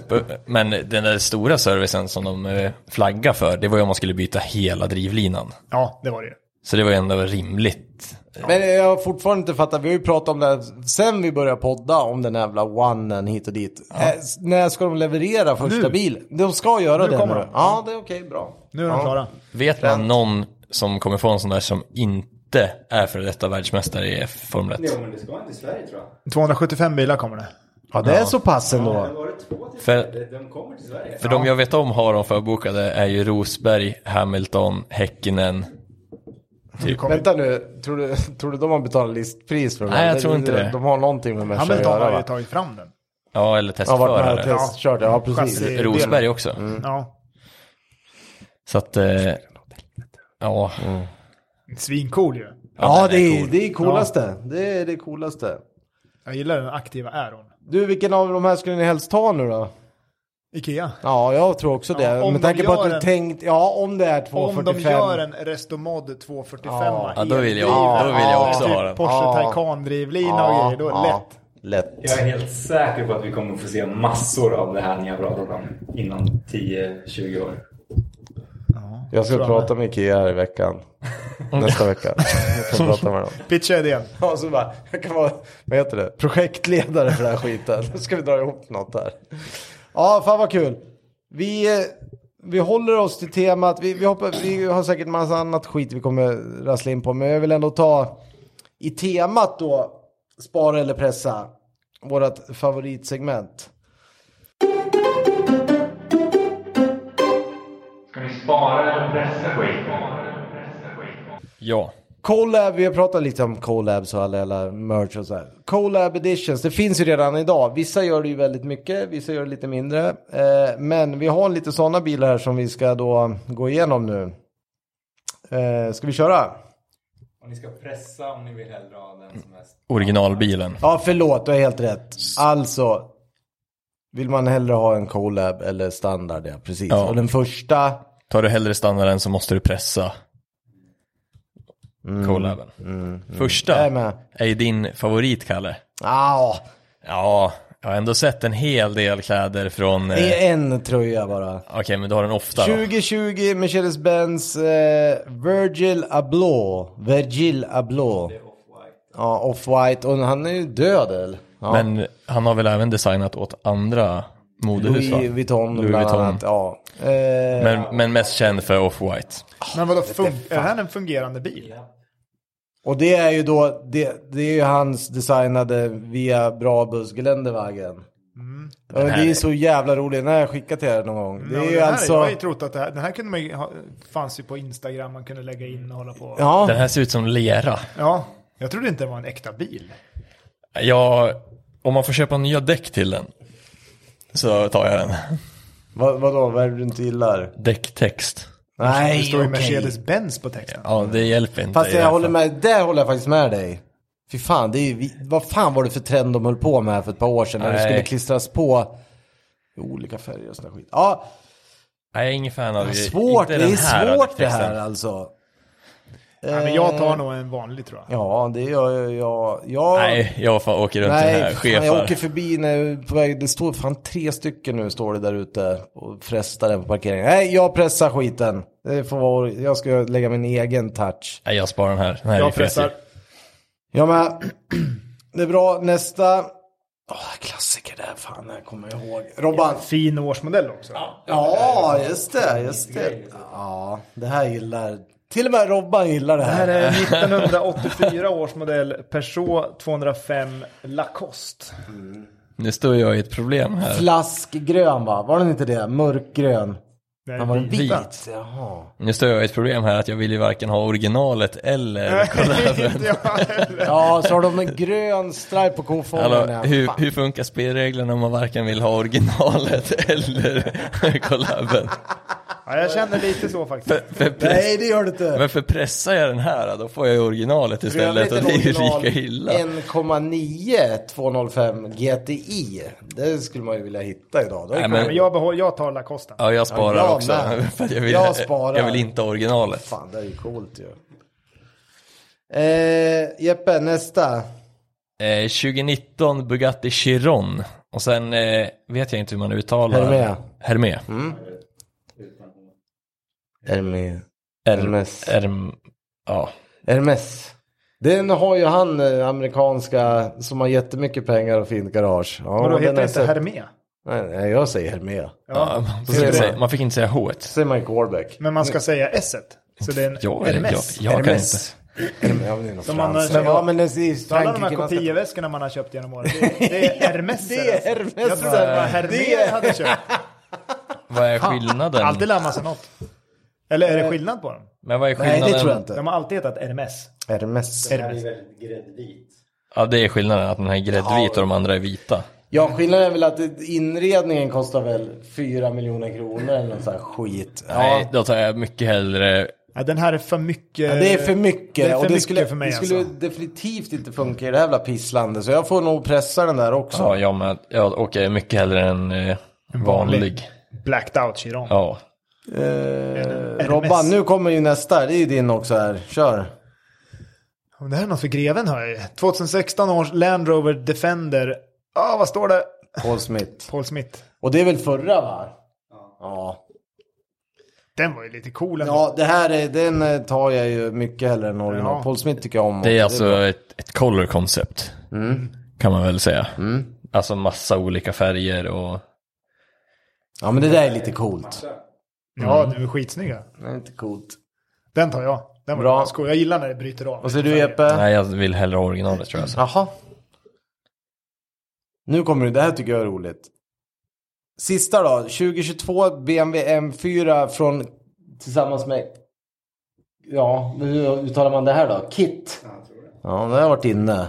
D: men den där stora servicen som de eh, flaggar för, det var ju om man skulle byta hela drivlinan.
C: Ja, det var det ju.
D: Så det var ju ändå rimligt.
A: Men jag har fortfarande inte fattat, vi har ju pratat om det här sen vi började podda om den jävla onen hit och dit. Eh, s- när ska de leverera första
C: Nu.
A: bilen? De ska göra det
C: kommer
A: nu.
C: de.
A: Ja, det är okej, bra.
C: Nu är de
A: ja.
C: klara.
D: Vet man någon som kommer få en sån där som inte är före detta världsmästare i Formel 1?
E: Jo, men det ska vara inte i Sverige tror jag.
C: 275 bilar kommer det.
A: Ja, det är så pass
E: Men
A: ändå.
E: var det två till
D: För-
E: Sverige? De kommer till Sverige.
D: För de jag vet om har de förbokade är ju Rosberg, Hamilton, Häckinen.
C: Det kommer-
A: Vänta nu, tror du, tror du de har betalat listpris för det?
D: Nej, jag
A: Det-
D: tror inte det.
A: De har någonting med människor att
C: Hamilton
A: göra
C: har ju
A: va?
C: tagit fram den.
D: Ja, eller
A: Ja, varit med och
D: testförare.
A: testkört, ja precis.
D: Eh,
C: Chassi-
D: Rosberg också.
C: Ja,
D: Så att... Eh, ja.
C: svincool ju.
A: Ja,
D: den
A: det är
D: cool.
A: det är coolaste. Det är det coolaste.
C: Jag gillar den aktiva äron.
A: Du, vilken av de här skulle ni helst ta nu då?
C: Ikea.
A: Ja, jag tror också det.
C: Ja, om
A: Med
C: de
A: tanke på att
C: gör
A: du
C: en-
A: tänkt, ja om det är
C: Om
A: 245.
C: de gör en Restomod 245
A: Ja.
D: Ja, då vill jag-
C: eldriven,
D: då vill jag också
C: typ
D: ha den.
C: Porsche
A: Ja.
C: Taycan drivlina och
A: Ja,
C: grejer, då är det
A: ja.
C: lätt.
A: Lätt.
E: Jag är helt säker på att vi kommer få se massor av det här ni har pratat om inom 10-20 år.
A: Jag ska
C: Bra.
A: prata med Ikea här i veckan. Nästa vecka. Jag ska prata med dem.
C: Pitcha idén.
A: Ja, så bara, jag kan vara, vad heter det, projektledare för den här skiten. Nu ska vi dra ihop något här. Ja, fan vad kul. Vi, eh, vi håller oss till temat. Vi, vi, hoppar, vi har säkert massa annat skit vi kommer rassla in på. Men jag vill ändå ta i temat då, spara eller pressa. Vårat favoritsegment.
F: Ska ni spara eller pressa skiten?
D: Ja.
A: Colab, vi har pratat lite om collabs och alla, alla merch och så här. Colab editions, det finns ju redan idag. Vissa gör det ju väldigt mycket, vissa gör det lite mindre. Eh, men vi har lite sådana bilar här som vi ska då gå igenom nu. Eh, ska vi köra?
E: Och ni ska pressa om ni vill hellre ha den som helst.
D: Originalbilen.
A: Ja, förlåt, du har helt rätt. Alltså, vill man hellre ha en collab eller standard, ja precis.
D: Ja.
A: Och den första,
D: Tar du hellre standarden så måste du pressa
A: mm.
D: collaben.
A: jag är
D: Första
A: med.
D: är ju din favorit, Kalle.
A: Ah,
D: Ja, jag har ändå sett en hel del kläder från... eh,
A: det är en tröja bara.
D: Okej, men du har den ofta då.
A: 2020 Mercedes-Benz eh, Virgil Abloh. Virgil Abloh. Ja, Off-White. Och han är ju död eller? Ja.
D: Men han har väl även designat åt andra modehus, va?
A: Louis Vuitton
D: Louis
A: bland
D: Vuitton.
A: annat. Ja. Eh,
D: Men, men mest känd för Off-White.
C: Men vadå, fun- är det här en fungerande bil?
A: Och det är ju då, det, det är ju hans designade via Brabus Geländewagen. Och
D: Den här
A: det är
D: är-
A: så jävla roligt, den har jag skickat till er någon gång. Det
C: Mm. Ja,
A: är ju
C: den här, Jag
A: alltså...
C: har ju trott att det här, den här kunde man ju ha, fanns ju på Instagram, man kunde lägga in och hålla på. Ja.
A: Ja,
D: Den här ser ut som lera.
C: jag trodde inte det var en äkta bil.
D: Ja, om man får köpa nya däck till den så tar jag den.
A: vad, vadå, vad är det du inte gillar?
D: Däcktext.
A: Nej,
C: Det står ju
A: okej.
C: Mercedes-Benz på texten.
D: Ja, det hjälper inte.
A: Fast
D: i det
A: jag
D: här
A: håller
D: fallet.
A: med, där håller jag faktiskt med dig. Fy fan, det är ju, vi- vad fan var det för trend de höll på med här för ett par år sedan när det
D: Nej.
A: skulle klistras på i olika färger och sån där skit. Ja,
D: Nej, jag är ingen fan av
A: det är svårt,
D: inte
A: det är
D: den här
A: svårt det här
D: däcktexten.
A: alltså.
C: Ja, men jag tar nog en vanlig tror jag.
A: Eh. Ja, det gör jag. Jag, jag,
D: Nej, jag fan åker runt i den här.
A: nej fan,
D: Chefar.
A: jag åker förbi när jag är på väg. Det står fan tre stycken nu står det där ute och frestar den på parkeringen. Nej, jag pressar skiten. Det får vara, jag ska lägga min egen touch.
D: Nej, jag sparar den här. Den här är
C: Jag
D: ju
C: pressar.
D: fräsig.
A: Ja men, det är bra. Nästa. Åh, klassiker där, fan, jag kommer jag ihåg. Robban.
C: Fin årsmodell också.
A: Ja, just det, just det. Ja, det här gillar, till och med Robban gillar det
C: Det här
A: här.
C: är 1984 års modell Peugeot 205 Lacoste.
D: Nu står jag i ett problem här.
A: Flaskgrön va? Var den inte det? Mörkgrön.
C: Det här
A: Han var
C: är
A: den
C: vit.
A: vit?
D: Vit.
A: Jaha.
D: Nu står jag i ett problem här att jag vill ju varken ha originalet eller collaben.
A: Ja, så har de en grön stripe på
D: Hallå,
A: kofonden. ja.
D: hur,
A: Fan.
D: hur funkar spelreglerna om man varken vill ha originalet eller collaben?
C: Ja, jag känner lite så faktiskt.
D: För, för press,
A: Nej, det gör det inte.
D: men för pressar jag den här då får jag ju originalet
A: För övrigt
D: istället
A: en
D: och det är ju
A: original
D: lika illa.
A: 1,9 205 GTI. Det skulle man ju vilja hitta idag. Det är
D: Nej,
C: Nej, men
D: men,
C: jag, behåller, jag tar Lacoste.
D: ja, jag sparar
A: Ja, jag
D: också.
A: med.
D: För att jag, vill,
A: Jag sparar.
D: jag vill inte ha originalet.
A: Fan, det är ju coolt ju. Eh, Jeppe, nästa.
D: Eh, 2019 Bugatti Chiron. Och sen eh, vet jag inte hur man uttalar.
A: Hermé. Mm.
D: Hermé.
A: Hermes. Hermes.
D: Hermes. Herm, ja.
A: Hermes. Den har ju han eh, amerikanska som har jättemycket pengar och fint garage. Ja,
C: Vadå,
A: den
C: heter
A: är
C: det inte
A: så-
C: Hermé?
A: Nej, nej, jag säger Hermé.
D: Ja,
C: Ja.
D: man,
A: så
D: fick
A: är
D: inte
A: det.
D: säga, man fick inte säga H.
A: Så säger man ju Corbeck.
C: Men man ska säga S. Så det är en
D: Jag, jag, jag,
C: Hermes.
D: jag kan inte.
A: Hermes. Hermes. Ja, men det är något
C: Som man-
A: franskt. Men ja, men det är i
C: Så alla de
A: Frankrike
C: här
A: man ska-
C: kopieväskorna man har köpt genom åren, det är, det är Hermes.
A: Det är Hermes.
C: Jag trodde det var
A: Det
C: Hermé
A: är-
C: hade köpt.
D: Vad är skillnaden?
C: Alltid lär man sig något. Eller är det skillnad på dem?
D: Men vad är
A: Nej,
D: skillnaden?
A: det tror jag inte.
C: De har alltid hetat Hermes.
A: Hermes.
C: Hermes.
E: väldigt gräddvit.
D: Ja, det är skillnaden att den här är gräddvit och de andra är vita.
A: Ja, skillnaden är väl att det- inredningen kostar väl 4 miljoner kronor eller något sånt här skit. Ja.
D: Nej, då tar jag mycket hellre
C: Ja, den här är för mycket.
A: Ja, det är för mycket.
C: Eh, Det är för
A: och det
C: mycket
A: skulle,
C: för mig
A: det skulle
C: alltså.
A: definitivt inte funka i det här jävla pisslandet. Så jag får nog pressa den där också.
D: Ja, jag med. Jag åker mycket hellre än eh, vanlig.
C: Blacked out Chiron.
D: Ja.
A: Eh,
C: RMS.
A: Robban, nu kommer ju nästa. Det är ju din också här. Kör.
C: Om det här är något för greven hör jag ju. 2016 års Land Rover Defender. Ja, vad står det?
A: Paul Smith.
C: Paul Smith.
A: Och det är väl förra va? Ja.
C: Den var ju lite cool ändå.
A: Ja, det här är, den eh, tar jag ju mycket hellre än original.
C: Ja.
A: Paul Smith tycker jag om. Mm.
D: Det är alltså ett, ett color concept. Kan man väl säga. Alltså massa olika färger och...
A: Ja, men det där är lite coolt.
C: Ja,
A: Mm.
C: de är skitsnygga.
A: Det är inte coolt.
C: Den tar jag. Den var
A: Bra.
C: Bra. Jag gillar när det bryter av.
A: Vad säger du Jeppe?
D: Nej, jag vill hellre ha originalet tror jag. alltså. Så.
A: Jaha. Nu kommer det, det här tycker jag är roligt. Sista då, 2022 BMW M4 från tillsammans med, ja, hur uttalar man det här då? Kit. Ja, det har varit inne.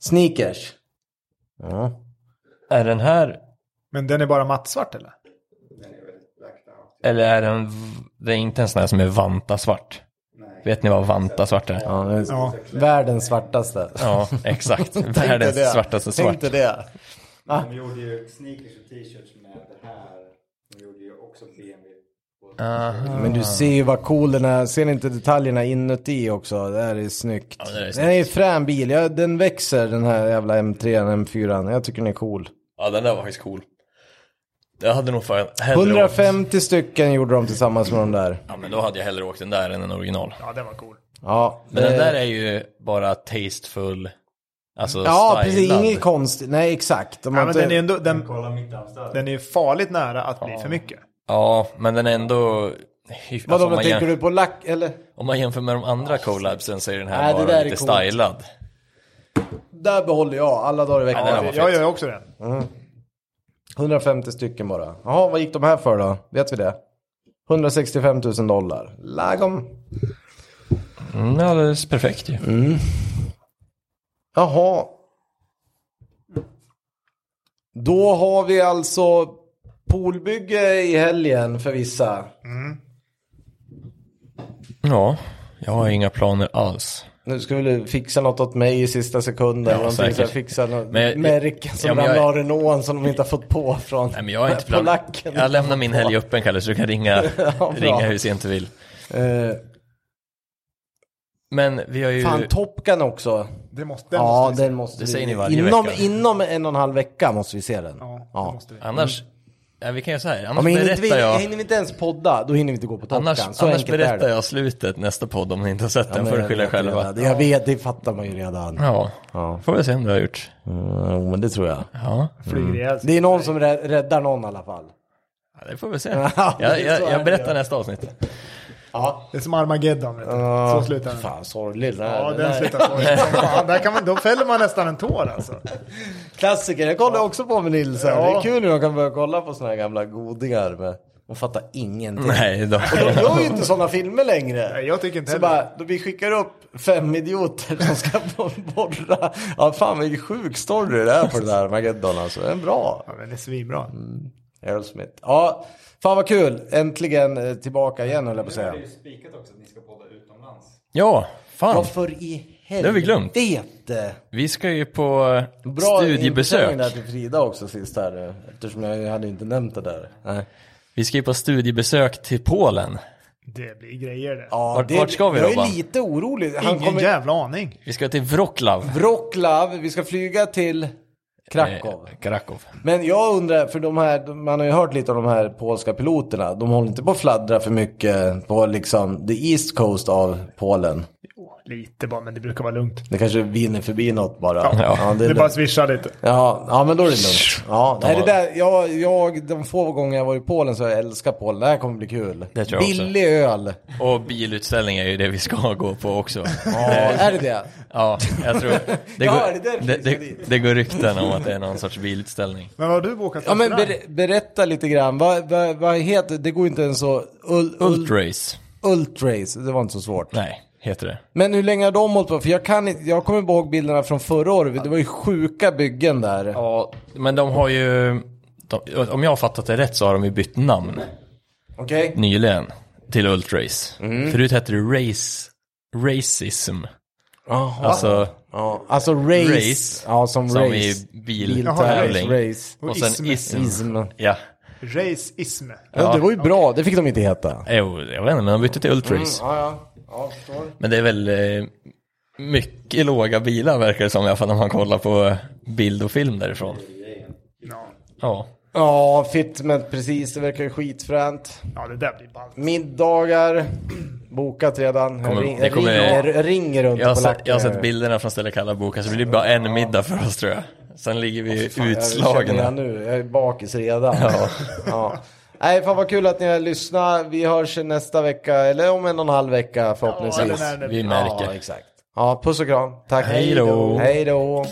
A: Sneakers. Ja.
D: Är den här,
C: Men den är bara mattsvart eller?
D: eller är den... v- Det är inte en sån här som är vantasvart. Vet ni vad vantasvart är?
A: Ja, det är
C: Ja.
A: Världens svartaste.
D: Ja, exakt. Världens
A: det.
D: svartaste svart.
A: Tänkte det.
E: De gjorde ju sneakers och t-shirts med det här. De gjorde ju också BMW.
D: Aha.
A: Men du ser ju vad cool den är. Ser ni inte detaljerna inuti också? Det här är snyggt.
D: Ja, det där är
A: Den är ju frän bil. Jag, den växer den här jävla M3 an M4. Jag tycker den är cool.
D: Ja, den där var faktiskt cool. Jag hade nog fan hellre
A: 150 stycken gjorde de tillsammans med de där.
D: Ja, men då hade jag hellre åkt den där än en original.
C: Ja, den var cool.
A: Ja,
D: Men
A: det-
D: den där är ju bara tastefull, alltså
A: Ja, precis.
D: stylad.
A: Inget konstigt. Nej, exakt. Om
C: Ja,
A: man
C: men
A: inte-
C: den är ändå, den,
E: Kolla mitt hamster.
C: den är ju farligt nära att bli för mycket.
D: Ja, men den är ändå... Alltså,
A: Vadå,
D: om,
A: vad
D: man
A: tänker
D: jäm...
A: du på lack eller?
D: om man jämför med de andra collabsen så är den här
A: Nej, det
D: bara
A: där är
D: lite
A: coolt.
D: stylad.
A: Där behåller jag alla dagar i
D: Ja,
A: veckan.
D: den var
C: jag
D: fet.
C: gör ju också den.
A: 150 stycken bara. Jaha, vad gick de här för då? Vet vi det? 165 000 dollar. Lagom.
D: Mm, alldeles perfekt ju.
A: Jaha. Då har vi alltså poolbygge i helgen för vissa.
D: Ja, jag har inga planer alls.
A: Nu ska du fixa något åt mig i sista sekunden. Ja, någonting
D: säkert.
A: så här, fixa något
D: Men jag-
A: märke som
D: Ja, men jag-
A: ramlade av Renaulten som de inte har fått på från
D: Nej, men jag har inte planer.
A: polacken.
D: Jag lämnar min helg öppen, Kalle, så du kan ringa,
A: bra.
D: ringa hur sent du vill.
A: Eh,
D: Men vi har ju...
A: fan, Top Gun också.
C: Det måste, den
A: Ja,
C: måste vi se.
A: den måste
D: Det
A: vi...
D: säger ni varje
A: inom,
D: vecka.
A: inom en och en halv vecka måste vi se den.
C: Ja,
A: Ja.
C: Det måste vi.
D: Annars... Ja, vi kan göra så här.
A: Ja,
D: Annars
A: men hinner, inte
D: berättar
A: vi,
D: jag...
A: hinner vi inte ens podda, då hinner vi inte gå på Top
D: Alltså, Annars,
A: Gun. Så
D: annars
A: enkelt är det.
D: berättar jag slutet nästa podd om ni inte har sett den,
A: men
D: får ni
A: jag
D: skylla er
A: vet
D: själva.
A: redan. Det, jag vet, det fattar man ju redan.
D: Ja,
A: Ja.
D: får vi se om du har gjort.
A: Mm, jo, men det tror jag.
D: Ja,
A: Mm.
C: Flyger ihjäl sig.
A: Det är någon som rä- räddar någon i alla fall.
D: ja, det får vi se.
A: Ja, det är
D: Jag, jag,
A: så här
D: jag berättar
A: det.
D: nästa avsnitt.
A: Ja.
C: Det är som Armageddon. Vet du. Så slutar den.
A: Fan, sorglig. det här.
C: Ja,
A: Det
C: den
A: här-
C: slutar sorgligt som fan. Där kan man, då fäller man nästan en tår alltså.
A: Klassiker, jag kollar också på med Nilsen.
C: Ja.
A: Det är kul hur de kan börja kolla på såna här gamla godingar. Med. De fattar ingenting.
D: Nej, då.
A: De gör ju inte sådana filmer längre.
C: Nej, Jag tycker inte
A: Så
C: heller.
A: bara, då vi skickar upp fem idioter som ska bo- borra. Ja, fan vilken sjuk story det är på det där Armageddon alltså. Den är bra.
C: Ja, den är svinbra.
A: Aerosmith. Ja, fan vad kul. Äntligen eh, tillbaka igen höll jag på att säga.
E: Det är ju spikat också att ni ska podda utomlands.
D: Ja, fan.
A: Varför i helvete?
D: har vi glömt. Vi ska ju på
A: Bra insändning
D: studiebesök.
A: där till Frida också sist här. eh, Eftersom jag hade inte nämnt det där. Nej.
D: Vi ska ju på studiebesök till Polen.
C: Det blir grejer det.
A: Ja,
D: Vart- vart ska vi
A: jag
D: då, va?
A: är lite orolig. Han
C: Ingen
A: kommer...
C: jävla aning.
D: Vi ska till Wroclaw.
A: Wroclaw, vi ska flyga till Krakow.
D: Eh, Krakow.
A: Men jag undrar, för de här, de- man har ju hört lite om de här polska piloterna. De håller inte på att fladdra för mycket på liksom the east coast av Polen.
C: Jo, lite bara, men det brukar vara lugnt.
A: Det kanske vinner förbi något bara.
D: Ja.
A: det
C: Det,
A: är
C: bara
A: lugnt.
C: swishar lite.
A: Ja, ja, men då är det lugnt. Ja, nej, det där, jag, jag, de få gånger jag var i Polen så har jag älskat Polen. Det här kommer bli kul.
D: Det tror jag också.
A: Billig öl.
D: Och bilutställning är ju det vi ska gå på också.
A: Ja, är det det?
D: Ja, jag tror... Det
A: Ja,
D: går,
A: det är därför
D: det,
A: vi ska
D: det,
A: dit.
D: det går rykten om att det är någon sorts bilutställning.
C: Men vad har du bokat
A: Ja, men
C: restaurang?
A: ber, berätta lite grann. Vad, vad, vad heter, det går inte ens så... Ul, ul,
D: Ultrace.
A: ultrace, det var inte så svårt.
D: Nej, heter det.
A: Men hur länge har de hållit på? För jag, kan, inte- jag kommer ihåg bilderna från förra året. Det var ju sjuka byggen där.
D: Ja, men de har ju... De, om jag har fattat det rätt så har de ju bytt namn
A: Okej?
D: nyligen till Ultrace.
A: Mm.
D: Förut hette det Race... Racism.
A: Jaha.
D: Alltså,
A: Ja, alltså race.
D: Race.
A: Ja, som,
D: som
A: race.
D: i
C: Jaha,
D: biltävling.
A: race. race.
D: Och
C: ism.
D: sen ism.
A: Ism.
D: Ja.
C: Raceism.
A: Ja, det var ju bra. Det fick de inte heta. Mm.
D: Jo, jag vet inte, men de bytte till Ultrace.
A: Ja, ja. Ja, förstår.
D: Men det är väl... Eh, mycket låga bilar verkar det som i alla fall när man kollar på bild och film därifrån. Ja.
A: Ja, fitment precis. Det verkar ju skitfränt.
C: Ja, det där blir ballt.
A: Middagar. Bokat redan. Jag
D: Kommer-
A: ring,
D: det
A: jag
D: kommer-
A: ringer, jag ringer runt
D: Jag har,
A: på
D: sett, jag har
A: Lacken.
D: sett bilderna från Stella Kalla-boken så det blir bara en middag för oss tror jag. Sen ligger vi
A: Fan, Jag känner jag
D: utslagna.
A: nu. Jag är bakis redan.
D: Ja.
A: Ja. Nej, fan vad kul att ni har lyssnat. Vi hörs nästa vecka, eller om en och en halv vecka
C: Ja, eller
A: förhoppningsvis.
C: när det-
D: Vi
A: Ja,
D: märker.
A: exakt. Ja, puss och kram. Tack.
D: Hej då.
A: Hej då.